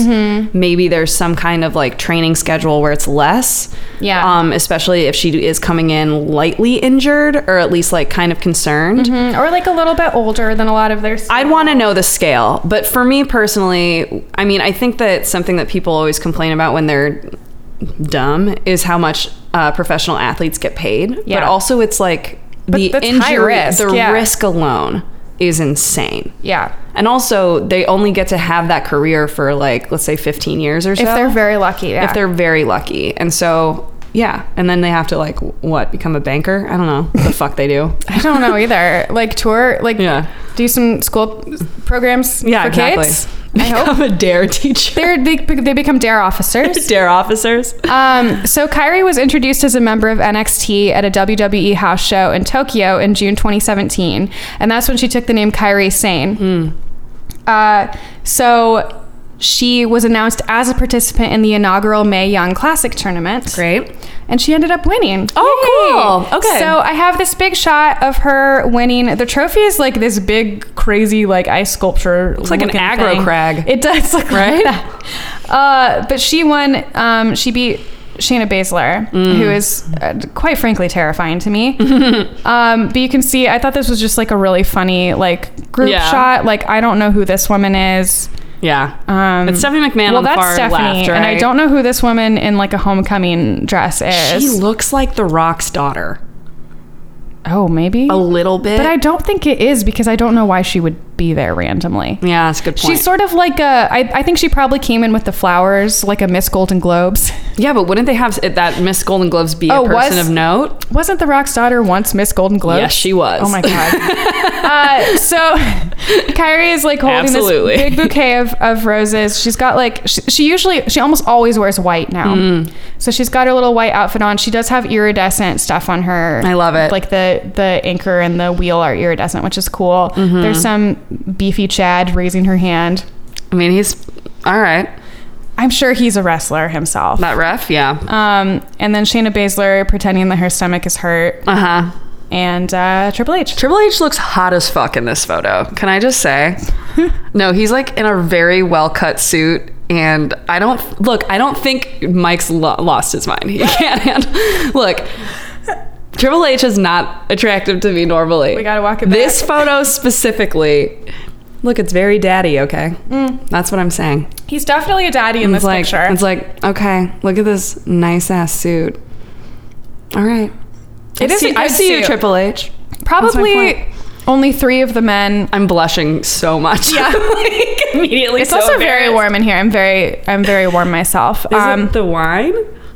B: Maybe there's some kind of like training schedule where it's less.
A: Yeah.
B: Um, especially if she is coming in lightly injured or at least like kind of concerned.
A: Mm, or like a little bit older than a lot of their.
B: I'd want to know the scale. But for me personally, I mean, I think that something that people always complain about when they're dumb is how much uh, professional athletes get paid. But
A: Yeah.
B: also, it's like the
A: that's high
B: injury,
A: risk,
B: the
A: yeah.
B: risk alone is insane.
A: yeah,
B: And also, they only get to have that career for like, let's say 15 years or so.
A: if they're very lucky. Yeah.
B: If they're very lucky. And so, yeah. And then they have to, like, what, become a banker? I don't know what the fuck they do.
A: I don't know either. Like tour, like
B: Yeah.
A: do some school programs for kids. I hope
B: Become a dare teacher.
A: they're they, they become dare E officers.
B: dare officers.
A: Um, so Kyrie was introduced as a member of NXT at a WWE house show in Tokyo in June 2017, and that's when she took the name Kyrie Sane. Uh, so. She was announced as a participant in the inaugural May Young Classic tournament.
B: Great.
A: and she ended up winning.
B: Oh,
A: Yay!
B: cool. Okay.
A: So I have this big shot of her winning. The trophy is like this big, crazy, like ice sculpture. It's
B: like an aggro crag.
A: It does look
B: Right?
A: right? Uh, but she won. Um, she beat Shayna Baszler,
B: Mm.
A: who is uh, quite frankly terrifying to me. um, but you can see, I thought this was just like a really funny like group
B: Yeah.
A: shot. Like I don't know who this woman is.
B: Yeah.
A: Um,
B: It's Stephanie McMahon
A: Well,
B: on the
A: that's
B: far
A: Stephanie,
B: left,
A: and I
B: right?
A: don't know who this woman in like a homecoming dress is.
B: She looks like The Rock's daughter
A: oh, maybe
B: a little bit.
A: But I don't think it is because I don't know why she would be there randomly.
B: yeah, that's a good point.
A: She's sort of like a. I, I think she probably came in with the flowers, like a Miss Golden Globes.
B: yeah, but wouldn't they have at that Miss Golden Gloves be a
A: Oh, was-
B: person of note?
A: Wasn't the Rock's daughter once Miss Golden Globes?
B: Yes, she was.
A: Oh my god. uh, so Kyrie is like holding
B: Absolutely.
A: this big bouquet of, of roses. She's got like she, she usually she almost always wears white now.
B: Mm.
A: So she's got her little white outfit on. She does have iridescent stuff on her.
B: I love it.
A: Like the the anchor and the wheel are iridescent, which is cool.
B: Mm-hmm.
A: There's some beefy Chad raising her hand.
B: I mean, he's all right.
A: I'm sure he's a wrestler himself.
B: That ref, yeah.
A: Um, and then Shayna Baszler pretending that her stomach is hurt,
B: Uh huh.
A: and uh, Triple H.
B: Triple H looks hot as fuck in this photo. Can I just say? no, he's like in a very well cut suit. And I don't look, I don't think Mike's lo- lost his mind. He can't handle. Look, Triple H is not attractive to me normally.
A: We gotta walk it
B: This photo specifically, look, it's very daddy, okay? That's what I'm saying.
A: He's definitely a daddy in this
B: it's like,
A: picture.
B: It's like, okay, look at this nice ass suit. All right.
A: It is
B: I
A: a
B: see, I
A: good
B: see you,
A: suit.
B: Triple H. point.
A: Probably only three of the men.
B: I'm blushing so much. Yeah, like immediately.
A: It's
B: so
A: also very
B: embarrassed.
A: warm in here. I'm very, I'm very warm myself. um,
B: the wine?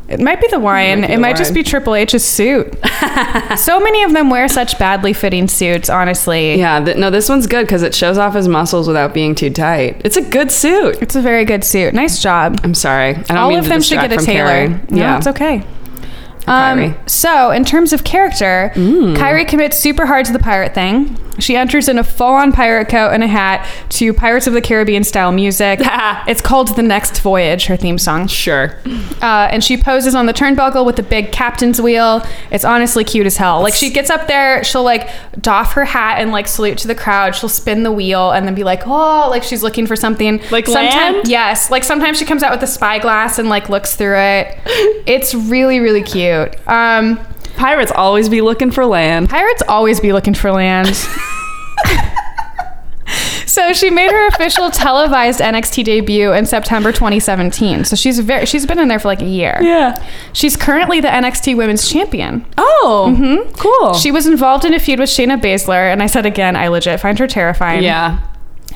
A: it might be the wine. It
B: might
A: might,
B: be the
A: just
B: wine.
A: be Triple H's suit. so many of them wear such badly fitting suits. Honestly,
B: Yeah, th- no, this one's good because it shows off his muscles without being too tight. It's a good suit.
A: it's a very good suit. Nice job.
B: I'm sorry. I don't
A: All
B: mean
A: of
B: to
A: them should
B: distract
A: get a
B: from
A: tailor.
B: Carrie.
A: No,
B: yeah,
A: it's okay.
B: Kyrie. Mm.
A: Um, so, in terms of character, Kyrie commits super hard to the pirate thing. She enters in a full on pirate coat and a hat to Pirates of the Caribbean style music. it's called The Next Voyage, her theme song.
B: sure.
A: Uh, and she poses on the turnbuckle with the big captain's wheel. It's honestly cute as hell. Like she gets up there, she'll like doff her hat and like salute to the crowd. She'll spin the wheel and then be like, oh, like she's looking for something.
B: Like land?
A: sometimes, yes. Like sometimes she comes out with a spyglass and like looks through it. It's really really cute. Um,
B: Pirates always be looking for land.
A: pirates always be looking for land. So she made her official televised NXT debut in September 2017. So she's very she's been in there for like a year.
B: Yeah.
A: She's currently the NXT Women's Champion. Mm-hmm.
B: Oh, cool.
A: She was involved in a feud with Shayna Baszler, and I said again, I legit find her terrifying.
B: yeah. Mm.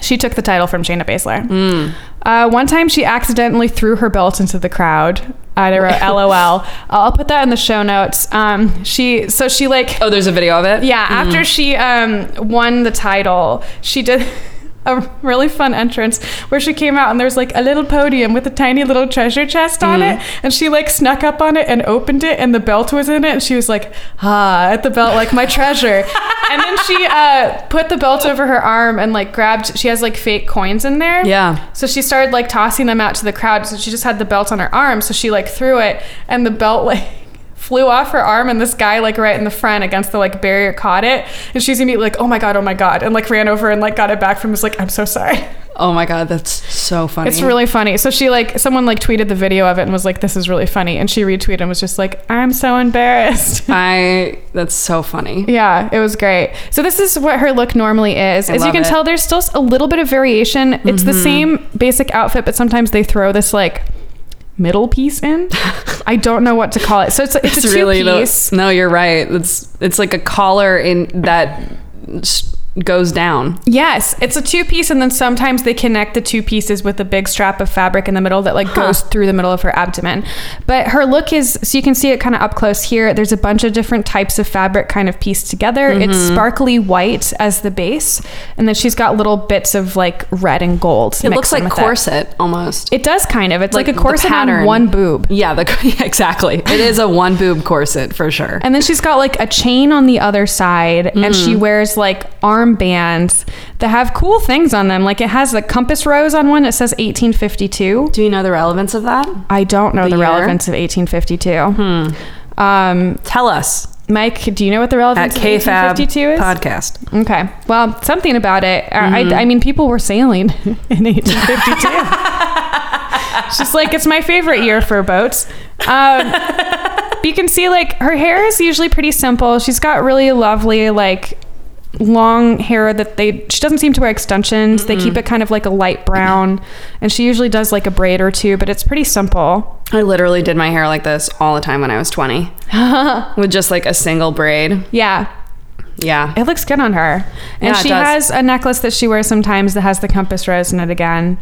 A: She took the title from Shayna Baszler. Uh, one time she accidentally threw her belt into the crowd. I wrote LOL. I'll put that in the show notes. Um, she so she like
B: Oh, there's a video of it. Hmm.
A: yeah, after she um, won the title, she did a really fun entrance where she came out and there's like a little podium with a tiny little treasure chest on
B: Hmm.
A: it. And she like snuck up on it and opened it, and the belt was in it. And she was like, ah, at the belt, like my treasure. and then she uh, put the belt over her arm and like grabbed, she has like fake coins in there.
B: Yeah.
A: So she started like tossing them out to the crowd. So she just had the belt on her arm. So she like threw it, and the belt like flew off her arm, and this guy like right in the front against the like barrier caught it, and she's immediately like, "Oh my god, oh my god," and like ran over and like got it back from. Was like, "I'm so sorry."
B: Oh my god, that's so funny.
A: It's really funny. So she like someone like tweeted the video of it and was like, "This is really funny," and she retweeted and was just like, "I'm so embarrassed."
B: I. That's so funny.
A: Yeah, it was great. So this is what her look normally is. As you
B: love
A: can
B: it. Mm-hmm.
A: tell, there's still a little bit of variation. It's the same basic outfit, but sometimes they throw this like middle piece in. I don't know what to call it. So it's it's, a two
B: the-
A: piece.
B: no, you're right. It's it's like a collar in that s- goes down.
A: yes, it's a two piece, and then sometimes they connect the two pieces with a big strap of fabric in the middle that like goes through the middle of her abdomen. But her look is so you can see it kind of up close here. There's a bunch of different types of fabric kind of pieced together. It's
B: Mm-hmm.
A: sparkly white as the base, and then she's got little bits of like red and gold.
B: It
A: mixed
B: looks
A: in
B: like
A: with it.
B: corset almost.
A: It does kind of. It's like, a
B: Like the
A: corset on
B: pattern.
A: one boob.
B: yeah, the yeah, exactly. It is a one boob corset for sure.
A: And then she's got like a chain on the other side, and
B: Mm.
A: she wears like armbands that have cool things on them. Like it has the compass rose on one that says 1852.
B: Do you know the relevance of that?
A: I don't know the,
B: year?
A: relevance of 1852. Um,
B: Tell us
A: Mike, do you know what the
B: at
A: relevance of
B: KFAB
A: 1852 is?
B: podcast.
A: Okay. Well, something about it. I- I, I mean, people were sailing in 1852. She's like, it's my favorite year for boats. Um, you can see, like, her hair is usually pretty simple. She's got really lovely, like, long hair that they she doesn't seem to wear extensions. They keep it kind of like a light brown, and she usually does like a braid or two, but it's pretty simple.
B: I literally did my hair like this all the time when I was 20 with just like a single braid.
A: Yeah.
B: Yeah.
A: It looks good on her. And
B: Yeah, it
A: she
B: does.
A: has a necklace that she wears sometimes that has the compass rose in it again.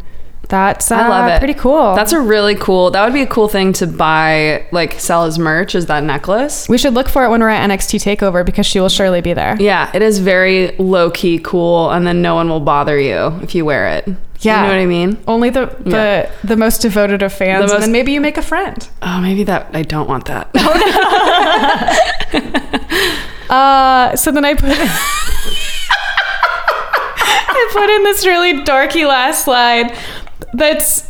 A: That's uh,
B: I love it.
A: pretty cool.
B: That's a really cool. That would be a cool thing to buy, like sell as merch, is that necklace.
A: we should look for it when we're at NXT Takeover because she will surely be there.
B: Yeah, it is very low key cool, and then no one will bother you if you wear it.
A: Yeah.
B: You know what I mean?
A: Only the the,
B: Yeah.
A: the most devoted of fans,
B: The
A: and
B: most-
A: then maybe you make a friend.
B: Oh, maybe that. I don't want that.
A: Uh, so then I put I put in this really dorky last slide. That's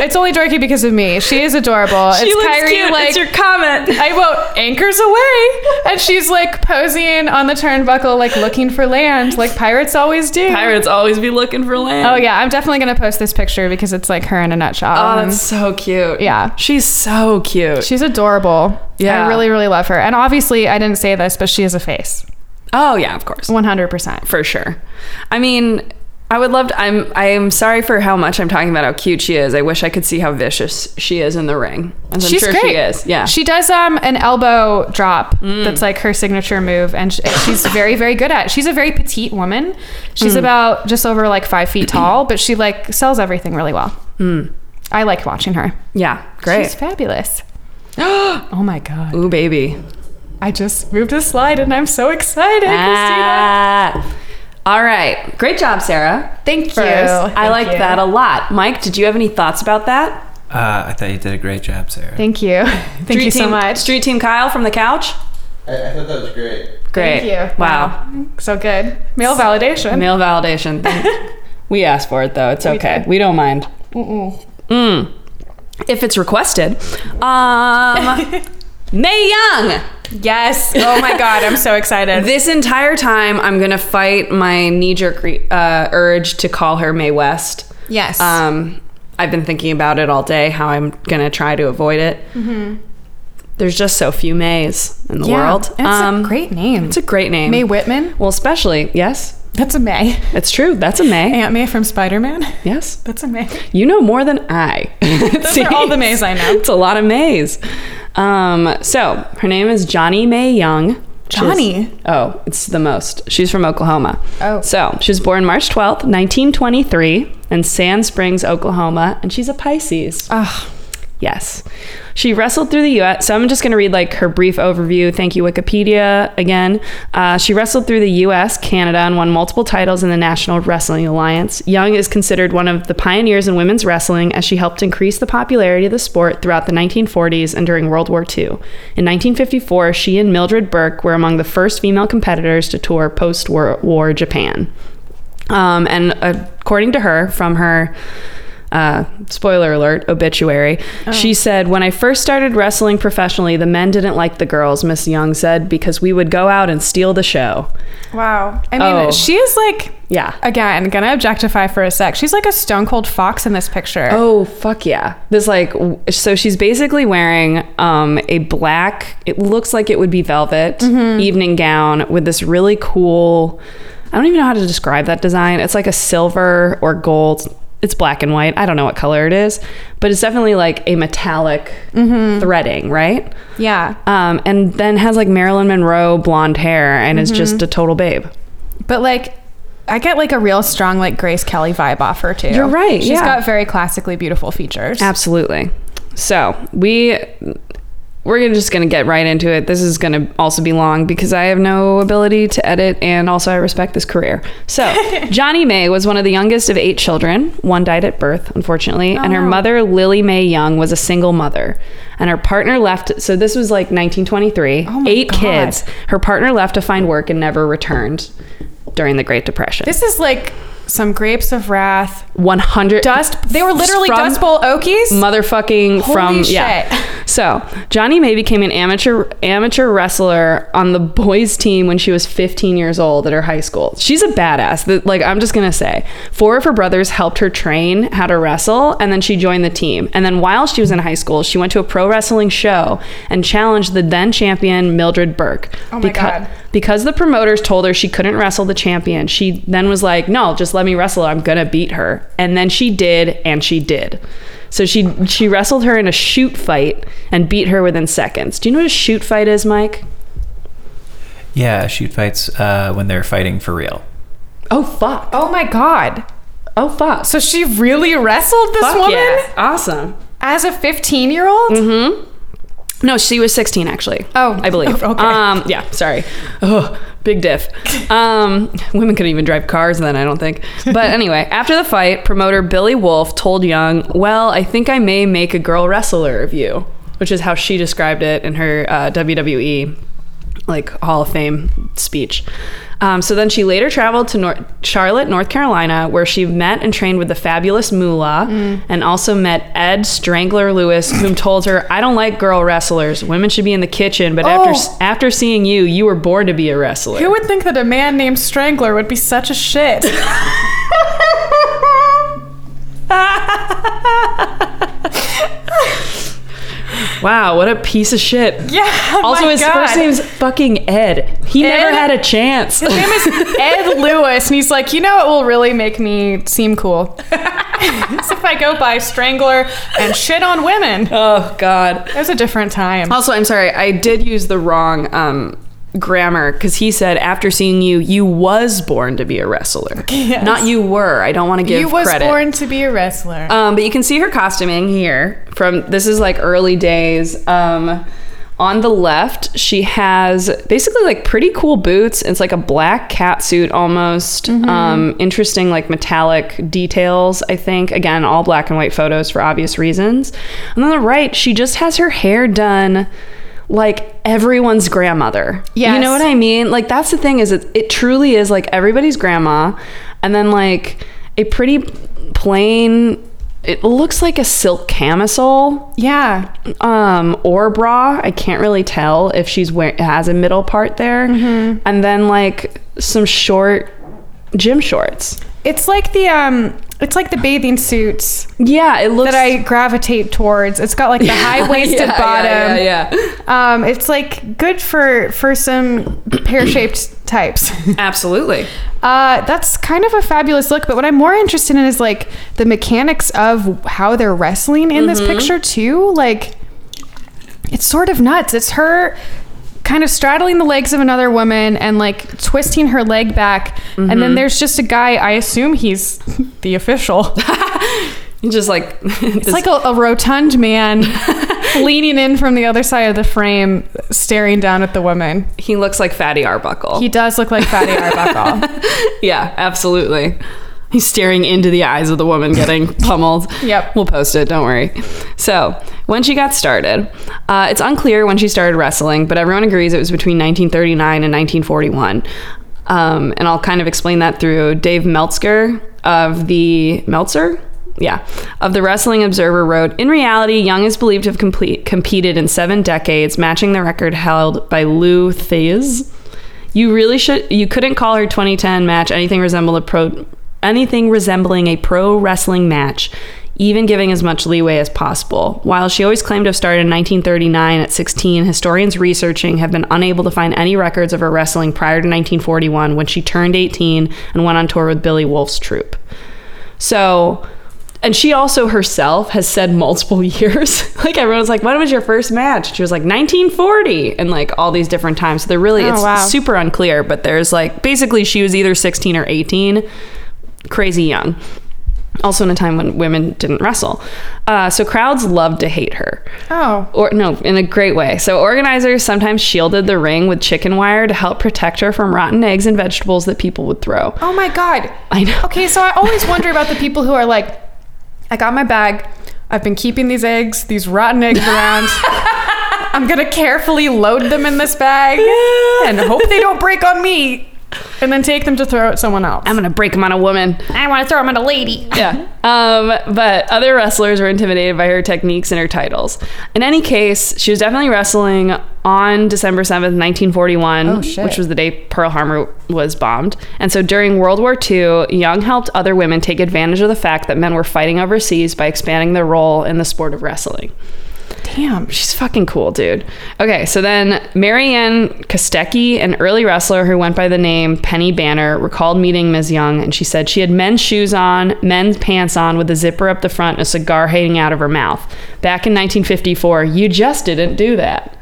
A: it's only dorky because of me. She is adorable. it's Kyrie like
B: comment.
A: I wrote anchors away, and she's like posing on the turnbuckle, like looking for land, like pirates always do.
B: Pirates always be looking for land.
A: Oh yeah, I'm definitely gonna post this picture because it's like her in a nutshell.
B: Oh,
A: Um,
B: that's so cute.
A: yeah.
B: She's so cute.
A: She's adorable.
B: Yeah.
A: I really, really love her. And obviously, I didn't say this, but she has a face,
B: Oh yeah, of course.
A: 100. percent
B: for sure. I mean, I would love to. I'm. I am sorry for how much I'm talking about how cute she is. I wish I could see how vicious she is in the ring. As I'm
A: She's
B: sure
A: great.
B: she is. Yeah. Mm.
A: She does um an elbow drop that's like her signature move, and sh- she's very, very good at. it. She's a very petite woman.
B: Mm.
A: She's about just over like five feet tall, but she like sells everything really well.
B: Mm.
A: I like watching her.
B: yeah. Great.
A: She's fabulous. oh my god.
B: Ooh, baby.
A: I just moved a slide and I'm so excited,
B: Ah. All right. Great job, Sarah.
A: Thank you.
B: I like that a lot. Mike, did you have any thoughts about that?
C: Uh, I thought you did a great job, Sarah.
A: Thank you. Thank
B: Street
A: you so
B: team,
A: much.
B: Street Team Kyle from the couch.
D: I, I thought that was great.
B: Great.
A: Thank you.
B: Wow.
A: So good. Male validation.
B: Male validation. we asked for it though. It's okay.
A: did.
B: We, don't mind. Mm-mm. Mm. If it's requested. Um, May Young.
A: yes. Oh my god, I'm so excited.
B: This entire time, I'm gonna fight my knee-jerk re- uh, urge to call her May West.
A: yes.
B: Um, I've been thinking about it all day. How I'm gonna try to avoid it.
A: Mm-hmm.
B: There's just so few Mays in the world. Um,
A: It's a great name.
B: It's a great name.
A: May Whitman.
B: well, especially yes,
A: That's a May.
B: it's true. That's a May.
A: Aunt May from Spider-Man.
B: yes.
A: That's a May.
B: You know more than I. Those
A: are all the Mays I know.
B: It's a lot of Mays. Um, so her name is Johnny May Young. She's-
A: Johnny?
B: oh, it's the most. She's from Oklahoma.
A: Oh.
B: So she was born March 12th, 1923, in Sand Springs, Oklahoma, and she's a Pisces.
A: Ugh.
B: Yes. She wrestled through the U.S. So I'm just going to read like her brief overview. Thank you, Wikipedia, again. Uh, she wrestled through the U.S., Canada, and won multiple titles in the National Wrestling Alliance. Young is considered one of the pioneers in women's wrestling as she helped increase the popularity of the sport throughout the 1940s and during World War II. In 1954, she and Mildred Burke were among the first female competitors to tour post war Japan. Um, and according to her, from her uh, spoiler alert obituary, she said, When I first started wrestling professionally, the men didn't like the girls, Miss Young said, because we would go out and steal the show.
A: Wow. I mean,
B: Oh.
A: she is like
B: Yeah.
A: again, gonna objectify for a sec. She's like a stone cold fox in this picture.
B: Oh fuck yeah! This like w- so she's basically wearing um, a black. It looks like it would be velvet evening gown with this really cool. I don't even know how to describe that design. It's like a silver or gold. It's black and white. I don't know what color it is, but it's definitely like a metallic threading, right?
A: Yeah.
B: Um, and then has like Marilyn Monroe blonde hair and is just a total babe.
A: But like, I get like a real strong like Grace Kelly vibe off her too.
B: You're right,
A: She's
B: yeah.
A: got very classically beautiful features.
B: Absolutely. So we we're gonna, just going to get right into it. This is going to also be long because I have no ability to edit, and also I respect this career. So Johnny May was one of the youngest of eight children. One died at birth, unfortunately, and her
A: Oh.
B: mother Lily May Young was a single mother, and her partner left. So this was like 1923.
A: Oh my
B: eight
A: God.
B: kids. Her partner left to find work and never returned during the Great Depression.
A: This is like some grapes of wrath.
B: 100
A: Dust. They were literally
B: From-
A: Dust Bowl Okies.
B: motherfucking
A: Holy
B: from
A: shit.
B: yeah. So Johnny May became an amateur amateur wrestler on the boys' team when she was 15 years old at her high school. She's a badass. The- Like I'm just gonna say, four of her brothers helped her train how to wrestle, and then she joined the team. And then while she was in high school, she went to a pro wrestling show and challenged the then champion Mildred Burke.
A: Oh my God.
B: Because the promoters told her she couldn't wrestle the champion, she then was like, "No, just let me wrestle. I'm gonna beat her." And then she did, and she did. So she she wrestled her in a shoot fight and beat her within seconds. Do you know what a shoot fight is, Mike?
C: Yeah, shoot fights uh, when they're fighting for real.
B: Oh fuck!
A: Oh my god.
B: Oh fuck!
A: So she really wrestled this
B: Fuck
A: woman
B: yeah! Mm-hmm. Awesome.
A: as a 15 year old?
B: No, she was 16 actually.
A: Oh.
B: I believe.
A: Oh, okay.
B: Um, yeah, sorry. Oh, big diff. Um, women couldn't even drive cars then, I don't think. But anyway, after the fight, promoter Billy Wolf told Young, "Well, I think I may make a girl wrestler of you," which is how she described it in her uh, WWE like Hall of Fame speech. Um, so then she later traveled to North- Charlotte, North Carolina, where she met and trained with the fabulous Moolah
A: Mm.
B: and also met Ed Strangler Lewis, whom told her, I don't like girl wrestlers. Women should be in the kitchen, but
A: Oh.
B: after, after seeing you, you were born to be a wrestler.
A: Who would think that a man named Strangler would be such a shit?
B: wow, what a piece of shit.
A: yeah. oh
B: Also,
A: my
B: his
A: God.
B: first name's fucking Ed. He
A: Ed?
B: never had a chance.
A: His name is Ed Lewis, and he's like, you know what will really make me seem cool? It's if I go by Strangler and shit on women.
B: oh, God.
A: It was a different time.
B: Also, I'm sorry, I did use the wrong um, grammar because he said after seeing you, you was born to be a wrestler,
A: Yes.
B: not you were. I don't want to give
A: you was
B: credit.
A: born to be a wrestler.
B: Um, but you can see her costuming here from this is like early days. Um, on the left, she has basically like pretty cool boots. It's like a black cat suit almost. Um, interesting, like metallic details, I think. Again, all black and white photos for obvious reasons. And on the right, she just has her hair done like everyone's grandmother. You
A: Yes.
B: know what I mean? Like that's the thing is it, it truly is like everybody's grandma and then like a pretty plain it looks like a silk camisole
A: yeah.
B: um or bra. I can't really tell if she's wear- has a middle part there. And then like some short gym shorts.
A: It's like the um it's like the bathing suits
B: Yeah, it looks
A: that I gravitate towards. It's got like the high waisted
B: Yeah, yeah,
A: bottom.
B: Yeah, yeah.
A: Um, it's like good for for some pear shaped types.
B: Absolutely.
A: Uh, that's kind of a fabulous look. But what I'm more interested in is like the mechanics of how they're wrestling in this picture too. Like, it's sort of nuts. It's her kind of straddling the legs of another woman and like twisting her leg back and then there's just a guy i assume he's the official
B: Just like
A: it's like a, a rotund man leaning in from the other side of the frame staring down at the woman
B: he looks like Fatty Arbuckle.
A: he does look like fatty arbuckle
B: Yeah, absolutely. He's staring into the eyes of the woman getting pummeled.
A: Yep.
B: We'll post it, don't worry. So, when she got started, uh, it's unclear when she started wrestling, but everyone agrees it was between 1939 and 1941. Um, and I'll kind of explain that through Dave Meltzer of the Meltzer? Yeah. Of the Wrestling Observer wrote, in reality, Young is believed to have complete, competed in seven decades, matching the record held by Lou Thez. You really should. You couldn't call her 2010 match anything resembled a pro, anything resembling a pro wrestling match, even giving as much leeway as possible. While she always claimed to have started in 1939 at 16, historians researching have been unable to find any records of her wrestling prior to 1941 when she turned 18 and went on tour with Billy Wolf's troupe. So, and she also herself has said multiple years. like everyone's like, when was your first match? She was like 1940 and like all these different times. So they're really,
A: Oh,
B: it's
A: wow.
B: super unclear, but there's like basically she was either 16 or 18, crazy young. Also in a time when women didn't wrestle. Uh, so crowds loved to hate her
A: oh
B: or no, in a great way. So organizers sometimes shielded the ring with chicken wire to help protect her from rotten eggs and vegetables that people would throw.
A: Oh my god.
B: I know.
A: Okay, so I always wonder about the people who are like, I got my bag. I've been keeping these eggs, these rotten eggs around. I'm gonna carefully load them in this bag and hope they don't break on me. And then take them to throw at someone else.
B: I'm gonna break them on a woman.
A: I want to throw them at a lady.
B: yeah. Um, but other wrestlers were intimidated by her techniques and her titles. In any case, she was definitely wrestling on December 7th, 1941,
A: shit.
B: which was the day Pearl Harbor was bombed. And so during World War II, Young helped other women take advantage of the fact that men were fighting overseas by expanding their role in the sport of wrestling. Damn, she's fucking cool, dude. Okay, so then Marianne Kostecki, an early wrestler who went by the name Penny Banner, recalled meeting Ms. Young, and she said she had men's shoes on, men's pants on, with a zipper up the front and a cigar hanging out of her mouth. Back in 1954, you just didn't do that.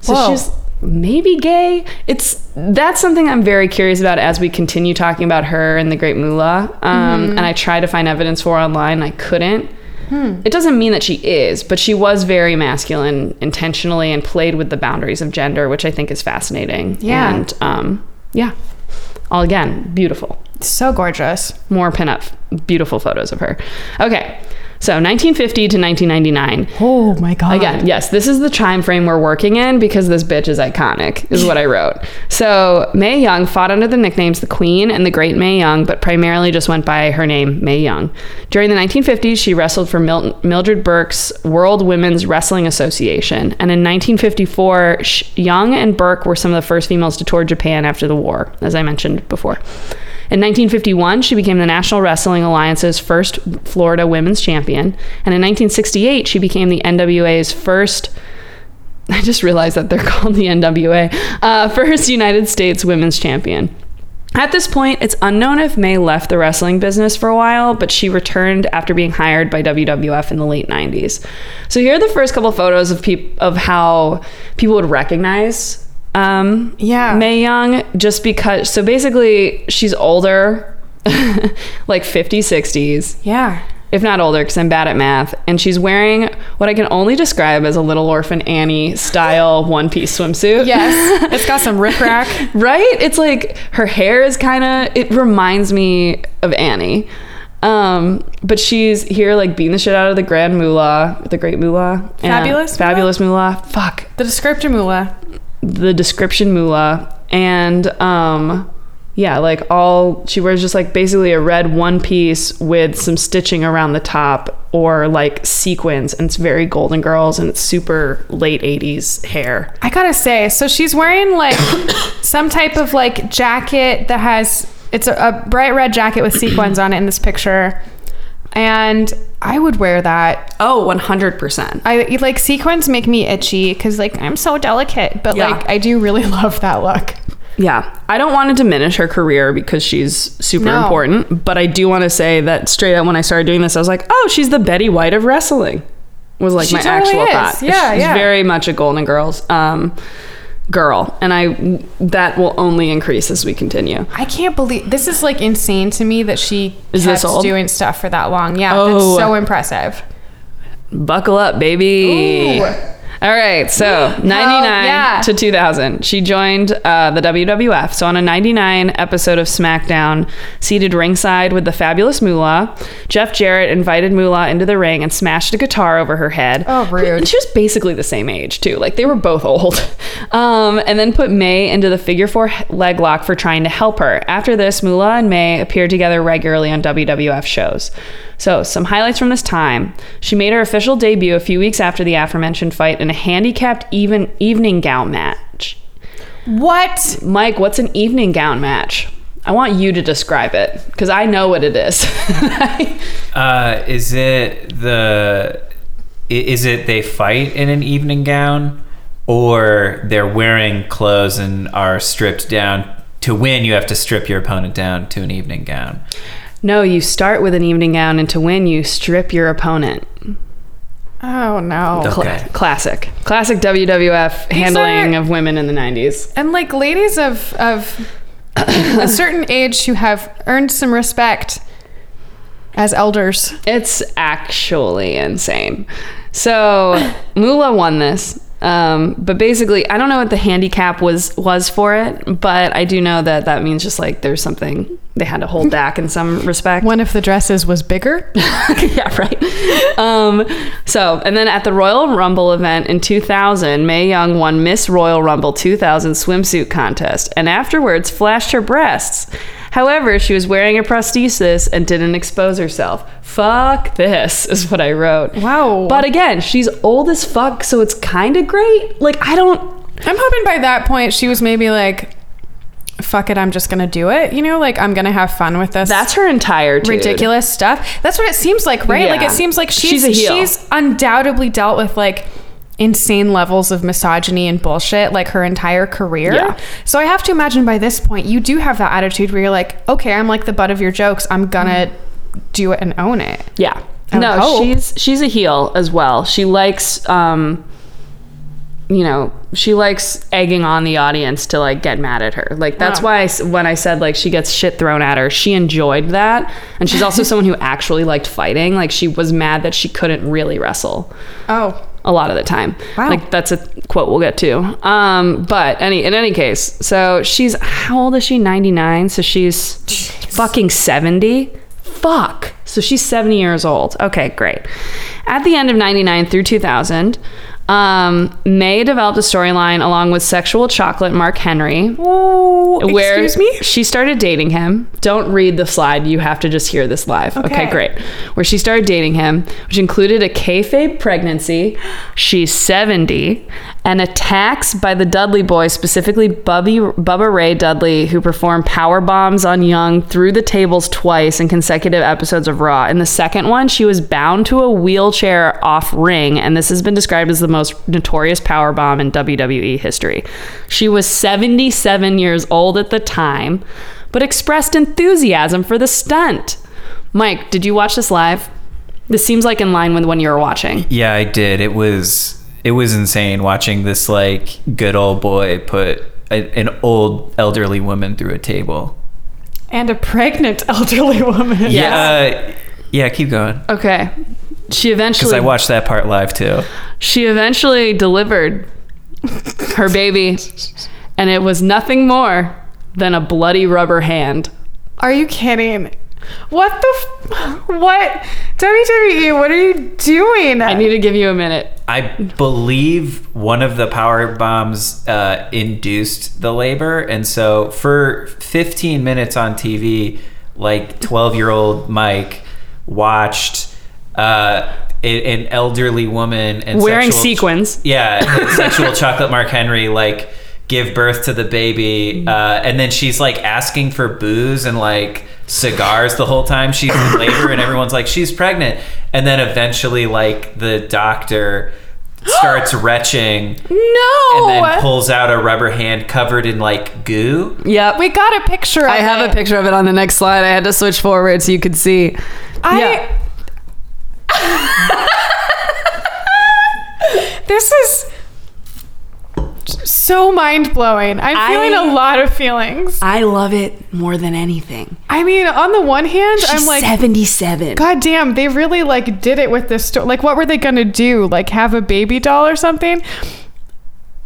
B: So
A: Whoa.
B: she's maybe gay. It's that's something I'm very curious about as we continue talking about her and the Great Mullah. Um,
A: Mm-hmm.
B: And I tried to find evidence for online, I couldn't.
A: Hmm.
B: It doesn't mean that she is, but she was very masculine intentionally and played with the boundaries of gender, which I think is fascinating.
A: Yeah.
B: And um, yeah, all again, beautiful
A: So gorgeous.
B: more pinup beautiful photos of her okay so 1950 to 1999
A: Oh my god.
B: again yes this is the time frame we're working in because this bitch is iconic is what i wrote so may young fought under the nicknames the queen and the great may young but primarily just went by her name may young during the 1950s she wrestled for Milton, mildred burke's world women's wrestling association and in 1954 sh- young and burke were some of the first females to tour japan after the war as i mentioned before in 1951, she became the National Wrestling Alliance's first Florida women's champion. And in 1968, she became the NWA's first. I just realized that they're called the NWA, uh, first United States women's champion. At this point, it's unknown if May left the wrestling business for a while, but she returned after being hired by WWF in the late 90s. So here are the first couple photos of peop- of how people would recognize um,
A: Yeah.
B: May Mae Young just because so basically she's older like 50 60s
A: Yeah.
B: if not older because I'm bad at math and she's wearing what I can only describe as a little orphan Annie style one piece swimsuit
A: Yes. it's got some rickrack.
B: right it's like her hair is kind of it reminds me of Annie um but she's here like beating the shit out of the grand mullah the great mullah and-
A: Fabulous mullah?
B: fabulous mullah fuck
A: The descriptor mullah.
B: the description moolah and um yeah like all she wears just like basically a red one piece with some stitching around the top or like sequins and it's very golden girls and it's super late 80s hair
A: I gotta say, so she's wearing like some type of like jacket that has it's a, a bright red jacket with sequins on it in this picture, and I would wear that.
B: oh 100%
A: I like sequins make me itchy because like I'm so delicate, but
B: Yeah.
A: like I do really love that look.
B: yeah i don't want to diminish her career because she's super
A: No.
B: important but i do want to say that straight up when i started doing this i was like oh she's the betty white of wrestling was like
A: She
B: my
A: totally
B: actual
A: is.
B: thought
A: Yeah,
B: she's
A: yeah.
B: very much a golden girls um girl and i that will only increase as we continue
A: I can't believe this is like insane to me that she
B: Is
A: kept
B: this old?
A: doing stuff for that long. Yeah,
B: Oh.
A: that's so impressive.
B: buckle up baby
A: Ooh.
B: all right so 99
A: yeah.
B: to 2000 she joined uh, the wwf so on a 99 episode of smackdown seated ringside with the fabulous moolah jeff jarrett invited moolah into the ring and smashed a guitar over her head
A: Oh, rude.
B: and she was basically the same age too like they were both old um, and then put may into the figure four he- leg lock for trying to help her after this moolah and may appeared together regularly on wwf shows so some highlights from this time she made her official debut a few weeks after the aforementioned fight in a handicapped even evening gown match
A: What?
B: mike what's an evening gown match i want you to describe it because i know what it is
C: Uh, is it the? i- Is it they fight in an evening gown, or they're wearing clothes and are stripped down? To win, you have to strip your opponent down to an evening gown.
B: no you start with an evening gown and to win you strip your opponent
A: Oh no.
C: The-
B: Cla-
C: Okay.
B: Classic. Classic WWF handling
A: are-
B: of women in the 90s.
A: And like ladies of of a certain age who have earned some respect as elders.
B: It's actually insane. So Moolah won this. Um, but basically, I don't know what the handicap was was for it, but I do know that that means just like there's something they had to hold back in some respect.
A: One of the dresses was bigger.
B: yeah, right. Um, so, and then at the Royal Rumble event in 2000, Mae Young won Miss Royal Rumble 2000 swimsuit contest and afterwards flashed her breasts. However, she was wearing a prosthesis and didn't expose herself. Fuck this, is what I wrote.
A: Wow.
B: But again, she's old as fuck, so it's kind of great. Like, I don't.
A: I'm hoping by that point she was maybe like, "Fuck it, I'm just gonna do it." You know, like I'm gonna have fun with this.
B: That's her entire dude.
A: ridiculous stuff. That's what it seems like, right? Like
B: Yeah.
A: it seems like she's
B: She's a heel.
A: she's undoubtedly dealt with like insane levels of misogyny and bullshit like her entire career.
B: Yeah.
A: So I have to imagine by this point you do have that attitude where you're like, okay, I'm like the butt of your jokes. I'm gonna do it and own it.
B: Yeah.
A: I would
B: no,
A: hope.
B: she's she's a heel as well. She likes um you know, she likes egging on the audience to like get mad at her. Like that's
A: Oh.
B: why I s when I said like she gets shit thrown at her, she enjoyed that. And she's also someone who actually liked fighting. Like she was mad that she couldn't really wrestle
A: Oh,
B: a lot of the time.
A: Wow.
B: Like that's a quote we'll get to. Um, but any in any case, so she's how old is she? Ninety nine. So she's fucking seventy. Fuck. So she's seventy years old. Okay, great. At the end of ninety nine through two thousand. Um, May developed a storyline along with sexual chocolate Mark Henry,
A: oh,
B: where
A: excuse me.
B: she started dating him. Don't read the slide. You have to just hear this live. Okay,
A: Okay.
B: great. Where she started dating him, which included a kayfabe pregnancy. She's 70. And attacks by the Dudley boys, specifically Bubby, Bubba Ray Dudley, who performed power bombs on Young through the tables twice in consecutive episodes of Raw. In the second one, she was bound to a wheelchair off ring, and this has been described as the most notorious power bomb in WWE history. She was 77 years old at the time, but expressed enthusiasm for the stunt. Mike, did you watch this live? This seems like in line with when you were watching.
C: Yeah, I did. It was it was insane watching this like good old boy put a, an old elderly woman through a table.
A: And a pregnant elderly woman.
C: Yeah. Uh, yeah, keep going.
B: Okay. She
C: Because
B: eventually
C: I watched that part live too.
B: she eventually delivered her baby, and it was nothing more than a bloody rubber hand.
A: Are you kidding? What the? F- what WWE? What are you doing?
B: I need to give you a minute.
C: I believe one of the power bombs uh, induced the labor, and so for 15 minutes on TV, like 12 year old Mike watched uh, a- an elderly woman and
B: Wearing
C: sexual-
B: sequins.
C: yeah, and sexual chocolate Mark Henry like give birth to the baby, uh, and then she's like asking for booze and like cigars the whole time she's in labor, and everyone's like she's pregnant, and then eventually like the doctor starts retching and
A: no.
C: then pulls out a rubber hand covered in like goo.
B: Yep.
A: we got a picture. Of
B: I have
A: it.
B: a picture of it on the next slide. I had to switch forward so you could see.
A: I.
B: Yeah.
A: this is so mind blowing. I'm
B: I-
A: feeling a lot of feelings.
B: I love it more than anything.
A: I mean, on the one hand, I'm like,
B: 77.
A: God damn, they really like did it with this story. Like, what were they gonna do? Like, have a baby doll or something?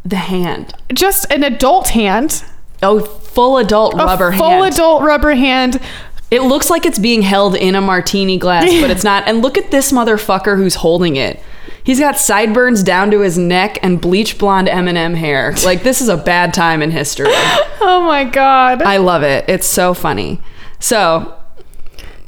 B: The hand.
A: Just an adult hand,
B: Oh, full adult
A: a
B: rubber
A: full
B: hand.
A: adult rubber hand.
B: It looks like it's being held in a martini glass, but it's not. And look at this motherfucker who's holding it. He's got sideburns down to his neck and bleach blonde Eminem hair. Like this is a bad time in history.
A: Oh my god.
B: I love it. It's so funny. So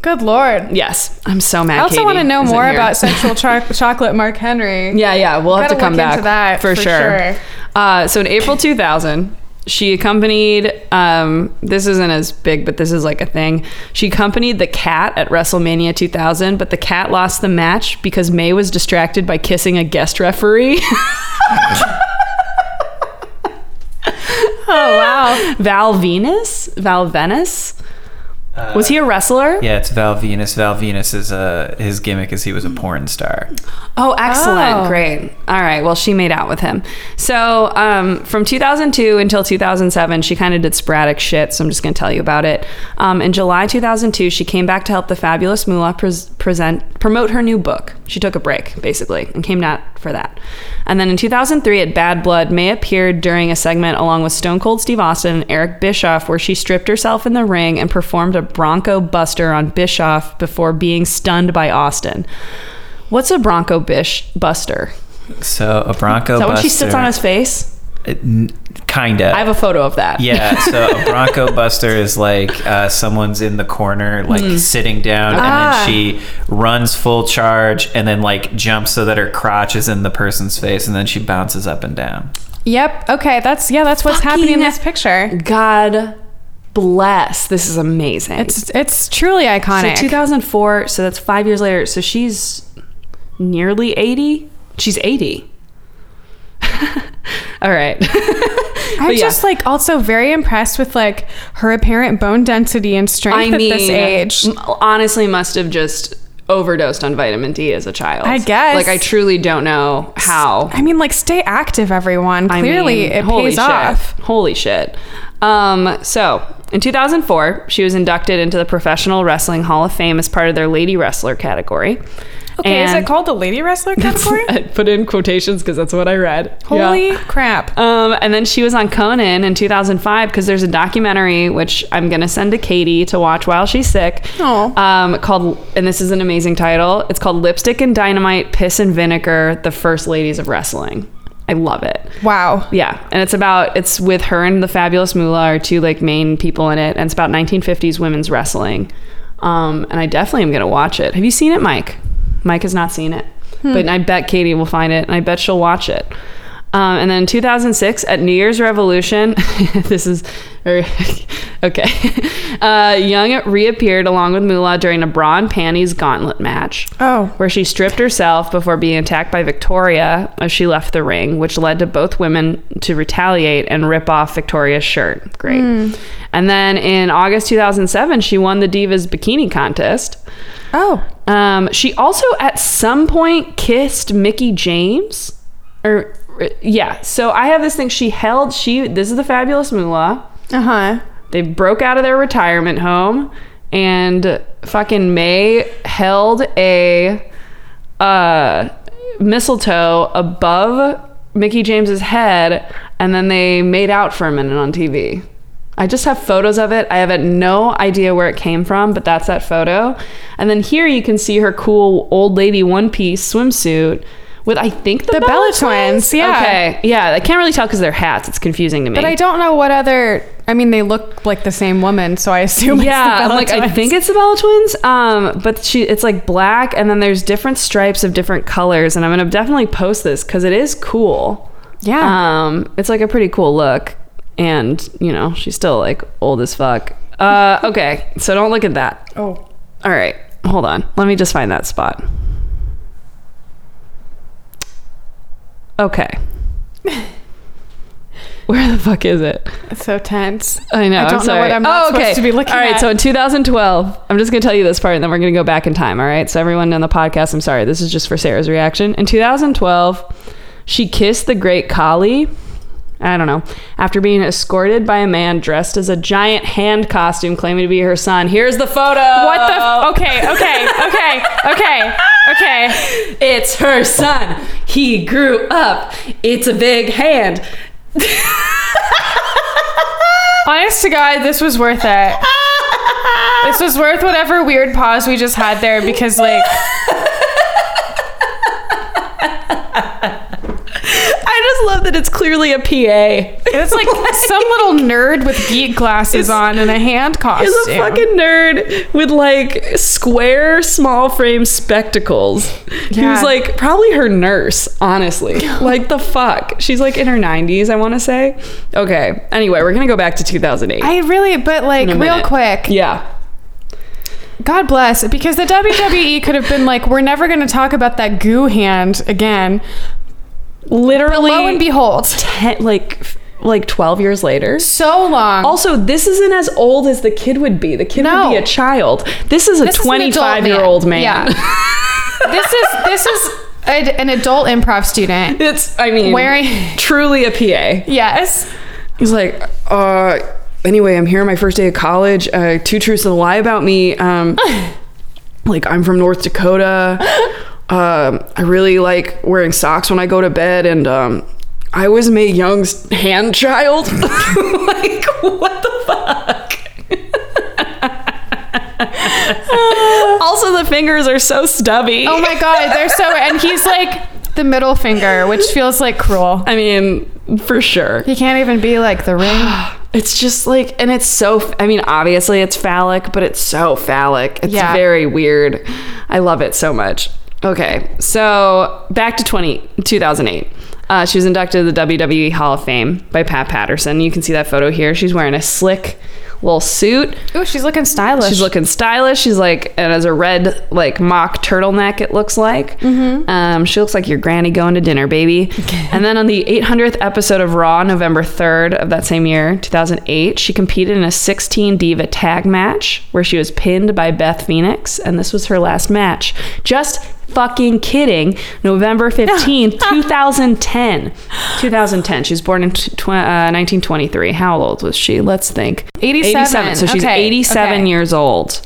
A: Good lord.
B: yes, I'm so mad.
A: I also
B: Katie
A: want to know
B: isn't
A: more
B: here.
A: about sexual cho- chocolate Mark Henry.
B: Yeah, yeah, we'll have
A: Gotta
B: to come
A: look
B: back
A: into that
B: for,
A: for
B: sure.
A: sure.
B: Uh, so in April 2000, she accompanied. Um, this isn't as big, but this is like a thing. She accompanied the cat at WrestleMania 2000, but the cat lost the match because May was distracted by kissing a guest referee.
A: Oh wow.
B: Val Venus. Val Venice. was he a wrestler?
C: Yeah, it's Val Venus. Val Venus is uh, his gimmick is he was a porn star.
B: Oh, excellent.
A: Oh.
B: Great. All right. Well, she made out with him. So, um, from 2002 until 2007, she kind of did sporadic shit. So, I'm just going to tell you about it. Um, in July 2002, she came back to help the fabulous Moolah pres present, promote her new book. She took a break, basically, and came out for that. And then in 2003, at Bad Blood, May appeared during a segment along with Stone Cold Steve Austin and Eric Bischoff, where she stripped herself in the ring and performed a Bronco Buster on Bischoff before being stunned by Austin. What's a Bronco Bish Buster?
C: So a Bronco.
B: Is that when she sits on his face?
C: Kinda.
B: I have a photo of that.
C: Yeah, so a Bronco Buster is like uh, someone's in the corner, like
B: Hmm.
C: sitting down,
A: Ah.
C: and then she runs full charge and then like jumps so that her crotch is in the person's face and then she bounces up and down.
A: Yep. Okay. That's yeah. That's what's happening in
B: Fucking-
A: this picture.
B: God bless. This is amazing.
A: It's it's truly
B: so
A: iconic.
B: 2004, so that's five years later. So she's nearly 80. She's 80. All right.
A: I'm
B: yeah.
A: just like also very impressed with like her apparent bone density and strength
B: I
A: at
B: mean,
A: this age.
B: m- honestly, must have just overdosed on vitamin D as a child.
A: I guess.
B: Like, I truly don't know how.
A: I mean, like stay active, everyone.
B: I
A: Clearly,
B: mean,
A: it
B: holy
A: pays
B: shit.
A: off.
B: Holy shit. Um, so, in 2004, she was inducted into the Professional Wrestling Hall of Fame as part of their Lady Wrestler category.
A: Okay, is
B: And-
A: it called the lady wrestler category?
B: I put in quotations because that's what I read.
A: Holy
B: Yeah.
A: crap!
B: Um, and then she was on Conan in 2005 because there's a documentary which I'm gonna send to Katie to watch while she's sick.
A: Aw.
B: Um, called and this is an amazing title. It's called Lipstick and Dynamite, Piss and Vinegar: The First Ladies of Wrestling. I love it.
A: Wow.
B: Yeah, and it's about it's with her and the Fabulous Moolah are two like main people in it, and it's about 1950s women's wrestling. Um, and I definitely am gonna watch it. Have you seen it, Mike? Mike has not seen it, but I bet Katie will find it, and I bet she'll watch it. Um, and then in 2006 at New Year's Revolution, this is very- okay. Uh, Young reappeared along with Moolah during a bra and panties gauntlet match
A: Oh,
B: where she stripped herself before being attacked by Victoria as she left the ring, which led to both women to retaliate and rip off Victoria's shirt. Great. And then in August 2007, she won the Divas Bikini Contest.
A: oh,
B: Um, she also at some point kissed Mickey James, or yeah. So I have this thing. She held she. This is the fabulous Moolah.
A: uh huh.
B: They broke out of their retirement home and fucking May held a uh, mistletoe above Mickey James's head and then they made out for a minute on TV. I just have photos of it. I have no idea where it came from, but that's that photo. And then here you can see her cool old lady one piece swimsuit with I think the,
A: The Bella twins, yeah.
B: Okay. Yeah, I can't really tell because they're hats. It's confusing to me.
A: But I don't know what other. I mean, they look like the same woman, so I assume.
B: yeah,
A: it's
B: I'm
A: the
B: like I
A: Bella Twins.
B: think it's the Bella Twins. Um, but she it's like black, and then there's different stripes of different colors, and I'm gonna definitely post this because it is cool.
A: Yeah.
B: Um, it's like a pretty cool look, and you know she's still like old as fuck. Uh, okay, so don't look at that.
A: oh.
B: All right, hold on. Let me just find that spot. Okay. Where the fuck is it?
A: It's so tense.
B: I know.
A: I don't
B: am
A: know
B: sorry.
A: what I'm not
B: oh, okay.
A: supposed to be looking
B: All right.
A: at.
B: So in 2012, I'm just going to tell you this part, and then we're going to go back in time. All right. So everyone on the podcast, I'm sorry. This is just for Sarah's reaction. In 2012, she kissed the Great Kali. I don't know. After being escorted by a man dressed as a giant hand costume, claiming to be her son. Here's the photo.
A: What the? F- okay, okay, okay, okay, okay.
B: It's her son. He grew up. It's a big hand.
A: Honest to God, this was worth it. This was worth whatever weird pause we just had there because, like,
B: I just love that it's clearly a PA.
A: it's like some little nerd with geek glasses on and a hand costume.
B: is a fucking nerd with like square small frame spectacles He
A: Yeah.
B: was like probably her nurse honestly like the fuck she's like in her 90s i want to say okay anyway we're gonna go back to 2008
A: I really, but like,
B: In a
A: real
B: minute.
A: quick,
B: yeah
A: God bless, because the WWE could have been like, we're never going to talk about that goo hand again.
B: literally
A: Lo and behold,
B: ten, like f- like 12 years later
A: so long.
B: also, this isn't as old as the kid would be. The kid
A: No.
B: would be a child. This is a
A: This is an adult
B: 25 year old man.
A: Yeah. this is this is a, an adult improv student
B: It's, I mean,
A: Wearing-
B: truly a PA.
A: Yes.
B: He's like, uh, anyway, I'm here my first day of college. Uh, two truths and a lie about me. Um, like, I'm from North Dakota. Um, I really like wearing socks when I go to bed. And um, I was Mae Young's hand child. like, what the fuck? also, the fingers are so stubby.
A: Oh my god, they're so and he's like the middle finger, which feels like cruel.
B: I mean, for sure.
A: He can't even be like the ring.
B: It's just like, and it's so, I mean, obviously it's phallic, but it's so phallic. It's
A: Yeah.
B: very weird. I love it so much. Okay, so back to 20, 2008. Uh, she was E inducted to the WWE Hall of Fame by Pat Patterson. You can see that photo here. She's wearing a slick, little suit.
A: Ooh, she's looking stylish.
B: She's looking stylish. She's like, and has a red like mock turtleneck. It looks like. Um, she looks like your granny going to dinner, baby. and then on the 800th episode of Raw, November 3rd of that same year, 2008, she competed in a 16 diva tag match where she was pinned by Beth Phoenix, and this was her last match. Just fucking kidding. November 15th, 2010. 2010. She was born in tw- tw- uh, 1923. How old was she? Let's think.
A: 87.
B: So she's
A: Okay,
B: 87
A: okay.
B: years old.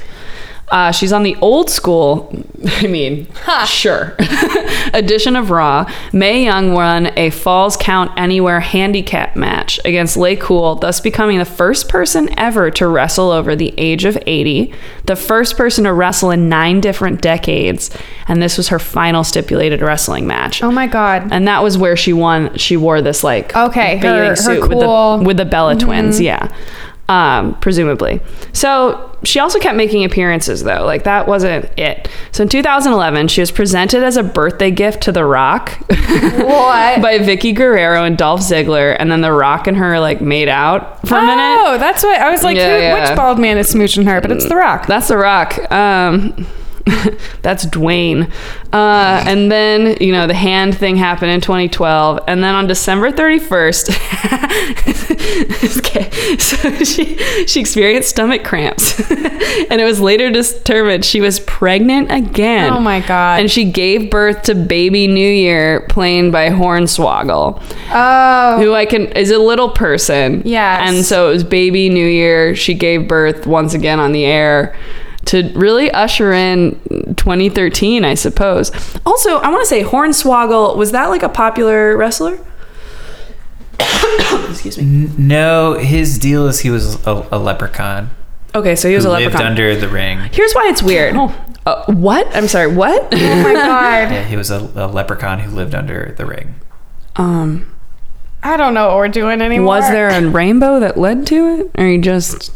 B: Uh, she's on the old school, I mean, sure, edition of Raw. May Young won a Falls Count Anywhere handicap match against Lay Cool, thus becoming the first person ever to wrestle over the age of 80, the first person to wrestle in nine different decades, and this was her final stipulated wrestling match.
A: oh my god.
B: And that was where she won. She wore this like
A: Okay, her-
B: bathing
A: her
B: suit
A: cool- Mm-hmm.
B: with the with the Bella twins, yeah, um, presumably. So she also kept making appearances though. Like that wasn't it. So in 2011, she was presented as a birthday gift to The Rock
A: What?
B: by Vicky Guerrero and Dolph Ziggler, and then The Rock and her like made out for a minute.
A: Oh, that's what I was like.
B: Yeah,
A: who,
B: yeah.
A: Which bald man is smooching her? But it's The Rock.
B: That's The Rock. Um, that's Dwayne. Uh, and then, you know, the hand thing happened in 2012. And then on December 31st, okay, so she, she experienced stomach cramps. and it was later determined she was pregnant again.
A: Oh my God.
B: And she gave birth to baby New Year, played by Hornswoggle
A: oh,
B: who I can is a little person.
A: Yes.
B: And so it was baby New Year. She gave birth once again on the air to really usher in 2013, I suppose. Also, I want to say Hornswoggle was that like a popular wrestler? Excuse me.
C: No, his deal is he was a, a leprechaun.
B: Okay, so he was
C: who
B: a
C: lived
B: leprechaun.
C: under the ring.
B: Here's why it's weird. Uh, what? I'm sorry. What?
A: oh my god.
C: Yeah, he was a, a leprechaun who lived under the ring.
B: um,
A: I don't know what we're doing anymore.
B: was there a rainbow that led to it, or he just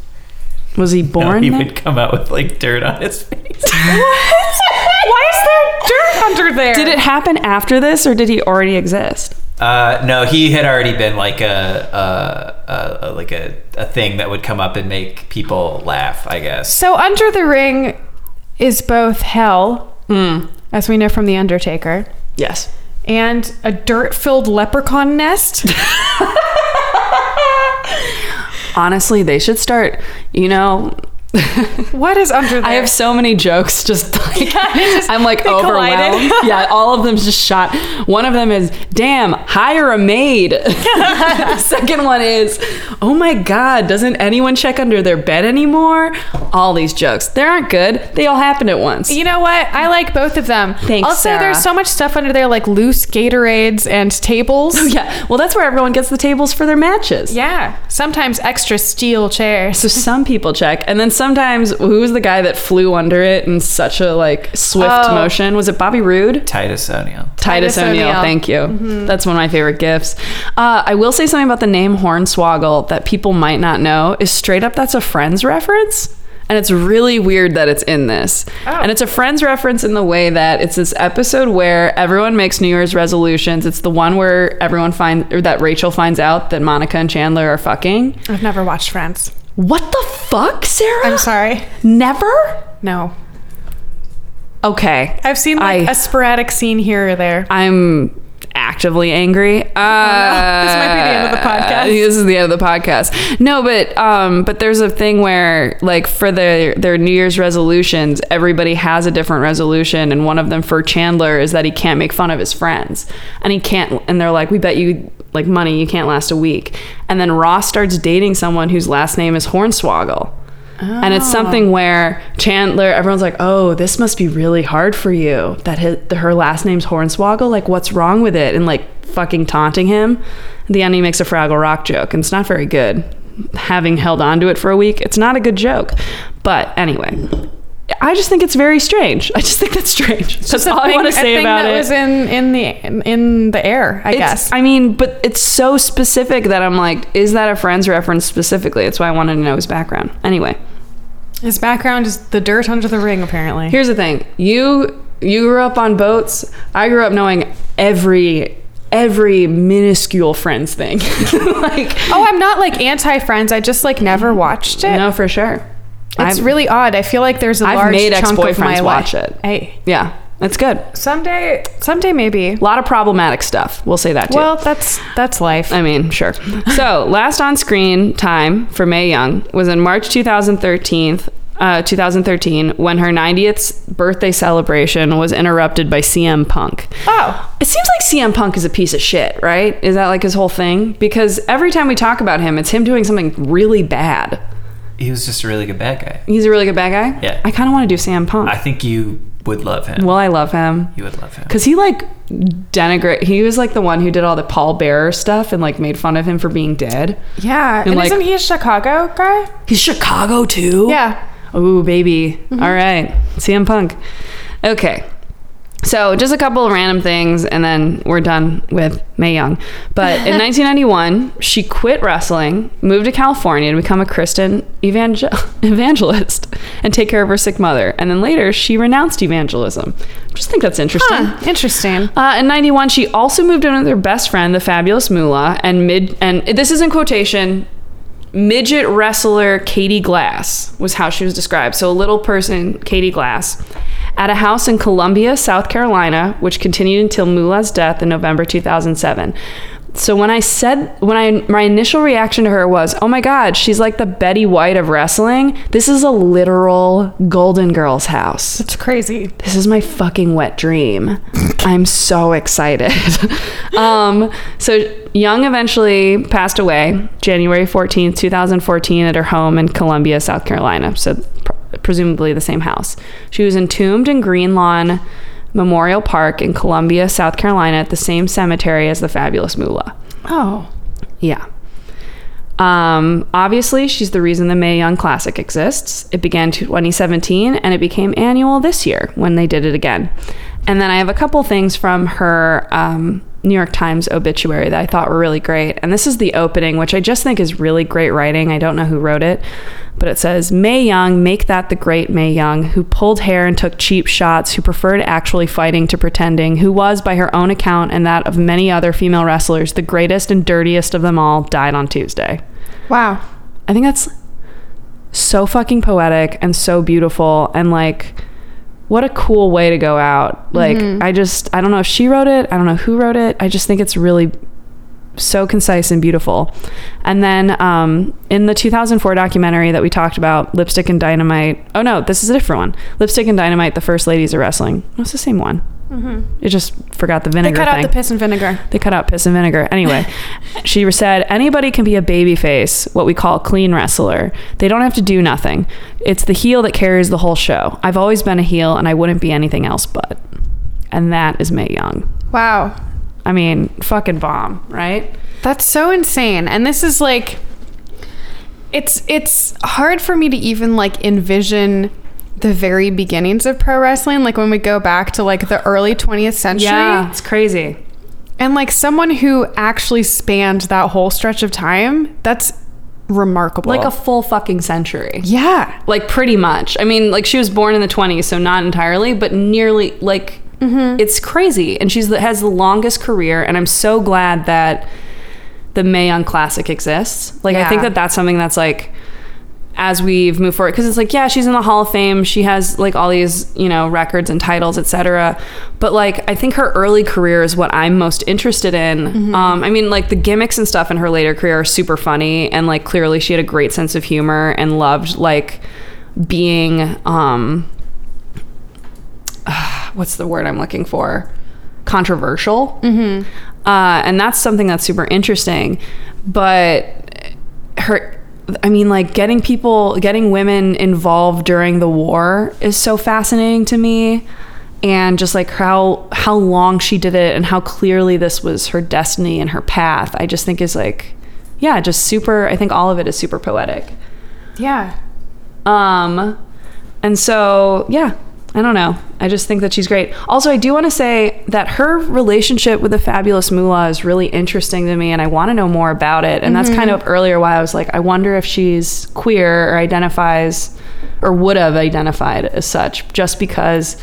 B: was he
C: No,
B: born?
C: he
B: there?
C: would come out with like dirt on his face.
A: Why is there dirt under there?
B: Did it happen after this, or did he already exist?
C: Uh, no, he had already been like a, a, a, a like a, a thing that would come up and make people laugh. I guess.
A: So under the ring is both hell,
B: Hmm.
A: as we know from the Undertaker,
B: Yes.
A: and a dirt-filled leprechaun nest.
B: Honestly, they should start. You know,
A: what is under there?
B: I have so many jokes. Just like
A: it just-
B: I'm like
A: they collided.
B: overwhelmed. yeah, all of them just shot. One of them is, "Damn, hire a maid." the second one is, "Oh my God, doesn't anyone check under their bed anymore?" All these jokes. They aren't good. They all happened at once.
A: You know what? I like both of them.
B: Thanks,
A: Also,
B: Sarah.
A: there's so much stuff under there, like loose Gatorades and tables.
B: Oh, Yeah. Well, that's where everyone gets the tables for their matches.
A: Yeah. Sometimes extra steel chairs.
B: So some people check, and then sometimes who was the guy that flew under it in such a like swift
A: Oh.
B: motion? Was it Bobby Roode?
C: Titus O'Neil.
B: Titus,
A: Titus O'Neil.
B: O'Neil.
A: Mm-hmm.
B: Thank you. That's one of my favorite gifts. Uh, I will say something about the name Hornswoggle that people might not know is straight up that's a Friends reference. And it's really weird that it's in this.
A: Oh.
B: And it's a Friends reference in the way that it's this episode where everyone makes New Year's resolutions. It's the one where everyone find or that Rachel finds out that Monica and Chandler are fucking.
A: I've never watched Friends.
B: What the fuck, Sarah?
A: I'm sorry.
B: Never?
A: No.
B: Okay.
A: I've seen like
B: I-
A: a sporadic scene here or there.
B: I'm actively angry. Uh,
A: This might be the end of the podcast.
B: This is the end of the podcast. No, but um, but there's a thing where like for their their New Year's resolutions, everybody has a different resolution, and one of them for Chandler is that he can't make fun of his friends, and he can't. And they're like, we bet you like money you can't last a week. And then Ross starts dating someone whose last name is Hornswoggle. And it's
A: Oh.
B: something where Chandler, everyone's like, "Oh, this must be really hard for you." That his, her last name's Hornswoggle. Like, what's wrong with it? And like fucking taunting him. At the end, he makes a Fraggle Rock joke, and it's not very good. Having held on to it for a week, it's not a good joke. But anyway, I just think it's very strange. I just think that's strange. That's all I want to say about
A: that
B: it.
A: was in in the in the air, I
B: It's-
A: guess.
B: I mean, but it's so specific that I'm like, is that a friend's reference specifically? That's why I wanted to know his background. Anyway.
A: His background is the dirt under the ring, apparently.
B: Here's the thing. You you grew up on boats. I grew up knowing every every minuscule Friends thing. like,
A: Oh, I'm not like anti Friends. I just like never watched it.
B: no, for sure.
A: It's
B: I've-
A: really odd. I feel like there's a
B: I've
A: large
B: made
A: chunk of my
B: ex-boyfriends
A: life.
B: watch it.
A: Hey,
B: Yeah, that's good. A
A: someday, someday maybe.
B: lot of problematic stuff. We'll say that too.
A: Well, that's that's life.
B: I mean, sure. So, last on screen time for Mae Young was in March 2013. Uh, 2013, when her 90th birthday celebration was interrupted by CM Punk.
A: oh,
B: It seems like CM Punk is a piece of shit, right? Is that like his whole thing? Because every time we talk about him, it's him doing something really bad.
C: He was just a really good bad guy.
B: He's a really good bad guy.
C: Yeah.
B: I kind of want to do CM Punk.
C: I think you would love him.
B: well, I love him.
C: you would love him.
B: Cause he like denigrate. He was like the one who did all the Paul Bearer stuff and like made fun of him for being dead.
A: yeah. And,
B: like-
A: isn't he a Chicago guy?
B: He's Chicago too.
A: Yeah.
B: Ooh, baby. All right. CM Punk. Okay. So just a couple of random things, and then we're done with Mae Young. But in 1991, she quit wrestling, moved to California to become a Christian evangel- evangelist, and take care of her sick mother. And then later, she renounced evangelism. Just think that's interesting.
A: Huh, Hmm, interesting.
B: Uh, in '91, she also moved in with her best friend, the fabulous Moolah, and mid and this is in quotation. Midget wrestler Katie Glass was how she was described. So a little person, Katie Glass, at a house in Columbia, South Carolina, which continued until Moolah's death in November 2007. So when I said when I my initial reaction to her was, "Oh my god, she's like the Betty White of wrestling. This is a literal Golden Girls house."
A: It's crazy.
B: this is my fucking wet dream. I'm so excited. um, so Young eventually passed away January 14th, 2014, at her home in Columbia, South Carolina. So pr- presumably the same house. She was entombed in Green Lawn Memorial Park in Columbia, South Carolina, at the same cemetery as the fabulous Moolah.
A: Oh,
B: Yeah. Um, obviously, she's the reason the Mae Young Classic exists. It began 2017 and it became annual this year when they did it again. And then I have a couple things from her um, New York Times obituary that I thought were really great. And this is the opening, which I just think is really great writing. I don't know who wrote it, but it says Mae Young, make that the great Mae Young, who pulled hair and took cheap shots, who preferred actually fighting to pretending, who was, by her own account and that of many other female wrestlers, the greatest and dirtiest of them all, died on Tuesday.
A: wow.
B: I think that's so fucking poetic and so beautiful and like what a cool way to go out. Like
A: Mm-hmm.
B: I just I don't know if she wrote it, I don't know who wrote it. I just think it's really so concise and beautiful. And then um, in the 2004 documentary that we talked about, Lipstick and Dynamite. Oh no, this is a different one. Lipstick and Dynamite: The First Ladies of Wrestling. No, it's the same one. It just forgot the
A: Mm-hmm. They
B: vinegar
A: cut
B: thing
A: out the piss and vinegar.
B: they cut out piss and vinegar. Anyway, she said, anybody can be a baby face, what we call a clean wrestler. They don't have to do nothing. It's the heel that carries the whole show. I've always been a heel and I wouldn't be anything else but. And that is Mae Young.
A: Wow.
B: I mean, fucking bomb, right?
A: That's so insane. And this is like it's it's hard for me to even like envision the very beginnings of pro wrestling like when we go back to like the early 20th century
B: it's crazy.
A: and like someone who actually spanned that whole stretch of time that's remarkable
B: Like a full fucking century.
A: yeah
B: Like pretty much. I mean, like she was born in the 20s, so not entirely, but nearly like it's crazy. And she's the, has the longest career and I'm so glad that the Mae Young Classic exists. Like I think
A: Yeah.
B: that that's something that's like as we've moved forward because it's like yeah she's in the hall of fame she has like all these you know records and titles etc but like i think her early career is what i'm most interested in um, i mean like the gimmicks and stuff in her later career are super funny and like clearly she had a great sense of humor and loved like being um what's the word i'm looking for controversial mm-hmm. uh, and that's something that's super interesting but her I mean, like getting people, getting women involved during the war is so fascinating to me, and just like how how long she did it and how clearly this was her destiny and her path. I just think is like, yeah, just super. I think all of it is super poetic.
A: yeah
B: Um, and so yeah, I don't know. I just think that she's great. Also, I do want to say that her relationship with the fabulous Moolah is really interesting to me, and I want to know more about it.
A: Mm-hmm.
B: And that's kind of earlier why I was like, I wonder if she's queer or identifies or would have identified as such, just because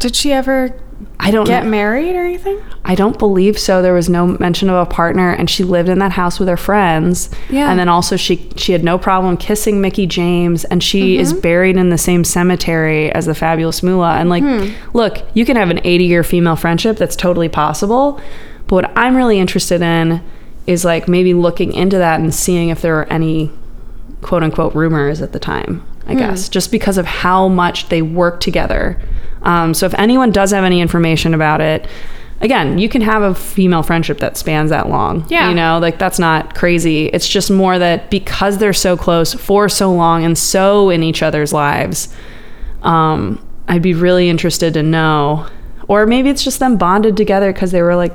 A: did she ever
B: I don't
A: get
B: know.
A: married or anything?
B: I don't believe so. There was no mention of a partner, and she lived in that house with her friends.
A: Yeah.
B: And then also she she had no problem kissing Mickey James, and she is buried in the same cemetery as the fabulous Moolah. And like, look, you can have an eighty year female friendship. That's totally possible. But what I'm really interested in is like maybe looking into that and seeing if there are any quote unquote rumors at the time, I guess, just because of how much they work together. Um, so if anyone does have any information about it, again, you can have a female friendship that spans that long.
A: Yeah.
B: You know, like that's not crazy. It's just more that because they're so close for so long and so in each other's lives, um, I'd be really interested to know. Or maybe it's just them bonded together because they were like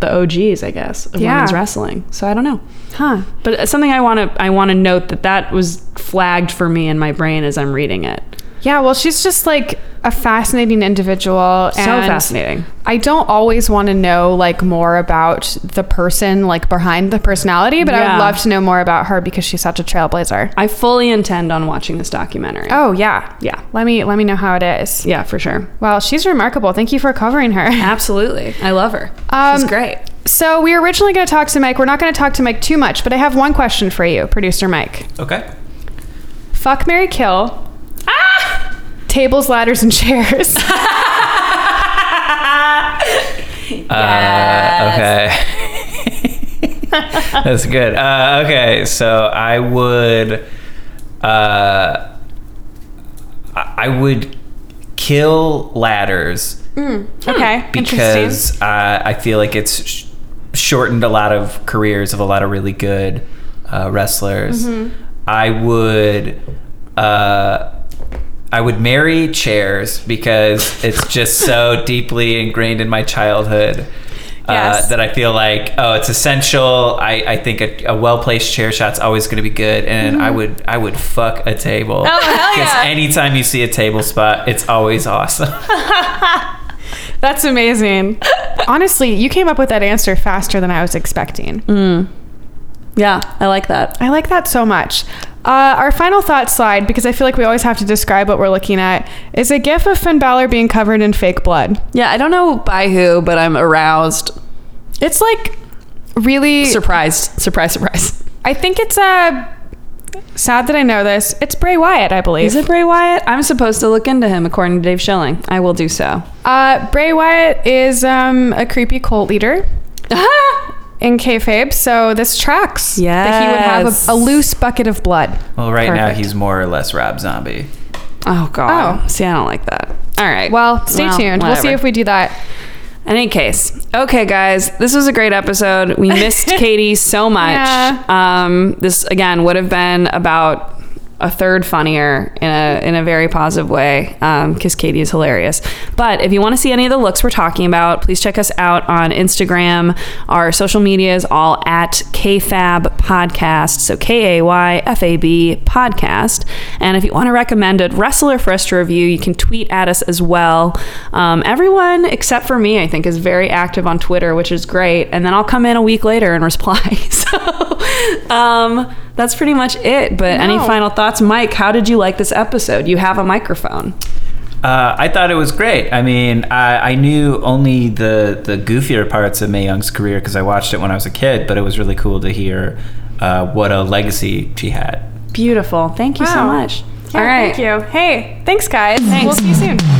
B: the OGs, I guess, of
A: Yeah.
B: women's wrestling. So I don't know.
A: Huh.
B: But uh, something I want to I want to note that that was flagged for me in my brain as I'm reading it.
A: Yeah, well, she's just like a fascinating individual.
B: So
A: and
B: fascinating.
A: I don't always want to know like more about the person, like behind the personality, but I
B: Yeah.
A: would love to know more about her because she's such a trailblazer.
B: I fully intend on watching this documentary.
A: Oh yeah,
B: Yeah.
A: Let me let me know how it is.
B: Yeah, for sure.
A: Well, she's remarkable. Thank you for covering her.
B: Absolutely. I love her.
A: Um,
B: She's great.
A: So we were originally going to talk to Mike. We're not going to talk to Mike too much, but I have one question for you, producer Mike.
C: Okay.
A: Fuck Mary Kill.
B: Ah!
A: Tables, ladders, and chairs.
C: Uh, okay. That's good. Uh, okay, so I would, uh, I I would kill ladders
A: okay, interesting.
C: because uh, I feel like it's sh- shortened a lot of careers of a lot of really good uh, wrestlers.
A: Mm-hmm.
C: I would. Uh, I would marry chairs because it's just so deeply ingrained in my childhood uh,
A: Yes.
C: that I feel like oh it's essential. I, I think a, a well placed chair shot's always going to be good, and I would I would fuck a table.
A: Mm-hmm. Oh, hell yeah.
C: anytime you see a table spot, it's always awesome.
A: That's amazing. Honestly, you came up with that answer faster than I was expecting.
B: Yeah, I like that.
A: I like that so much. Uh, our final thought slide, because I feel like we always have to describe what we're looking at, is a gif of Finn Balor being covered in fake blood.
B: Yeah, I don't know by who, but I'm aroused,
A: It's like really.
B: surprised, surprise, surprise.
A: I think it's a. Sad that I know this. It's Bray Wyatt, I believe.
B: Is it Bray Wyatt? I'm supposed to look into him according to Dave Schilling. I will do so.
A: Uh, Bray Wyatt is um, a creepy cult leader in kayfabe, so this tracks. That he would have
B: Yes.
A: a, a loose bucket of blood.
C: Well, right now
A: Perfect.
C: he's more or less Rob Zombie.
B: Oh god.
A: Oh.
B: See, I don't like that. All right.
A: Well, stay tuned. We'll see
B: whatever.
A: if we do that.
B: In any case, okay, guys, this was a great episode. We missed Katie so much.
A: Yeah.
B: Um, this again would have been about a third funnier in a in a very positive way because Katie is hilarious. But if you want to see any of the looks we're talking about, please check us out on Instagram. Our social media is all at KFAB Podcast, so K A Y F A B Podcast. And if you want to recommend a wrestler for us to review, you can tweet at us as well. Um, everyone except for me, I think, is very active on Twitter, which is great. And then I'll come in a week later and reply. So um, that's pretty much it. But any
A: No.
B: final thoughts, Mike? How did you like this episode? You have a microphone.
C: Uh, I thought it was great. I mean, I, I knew only the the goofier parts of Mae Young's career because I watched it when I was a kid, but it was really cool to hear uh, what a legacy she had.
B: Beautiful. Thank you so
A: Wow.
B: much.
A: Yeah,
B: All right.
A: Thank you. Hey, thanks, guys. Thanks. We'll see you soon.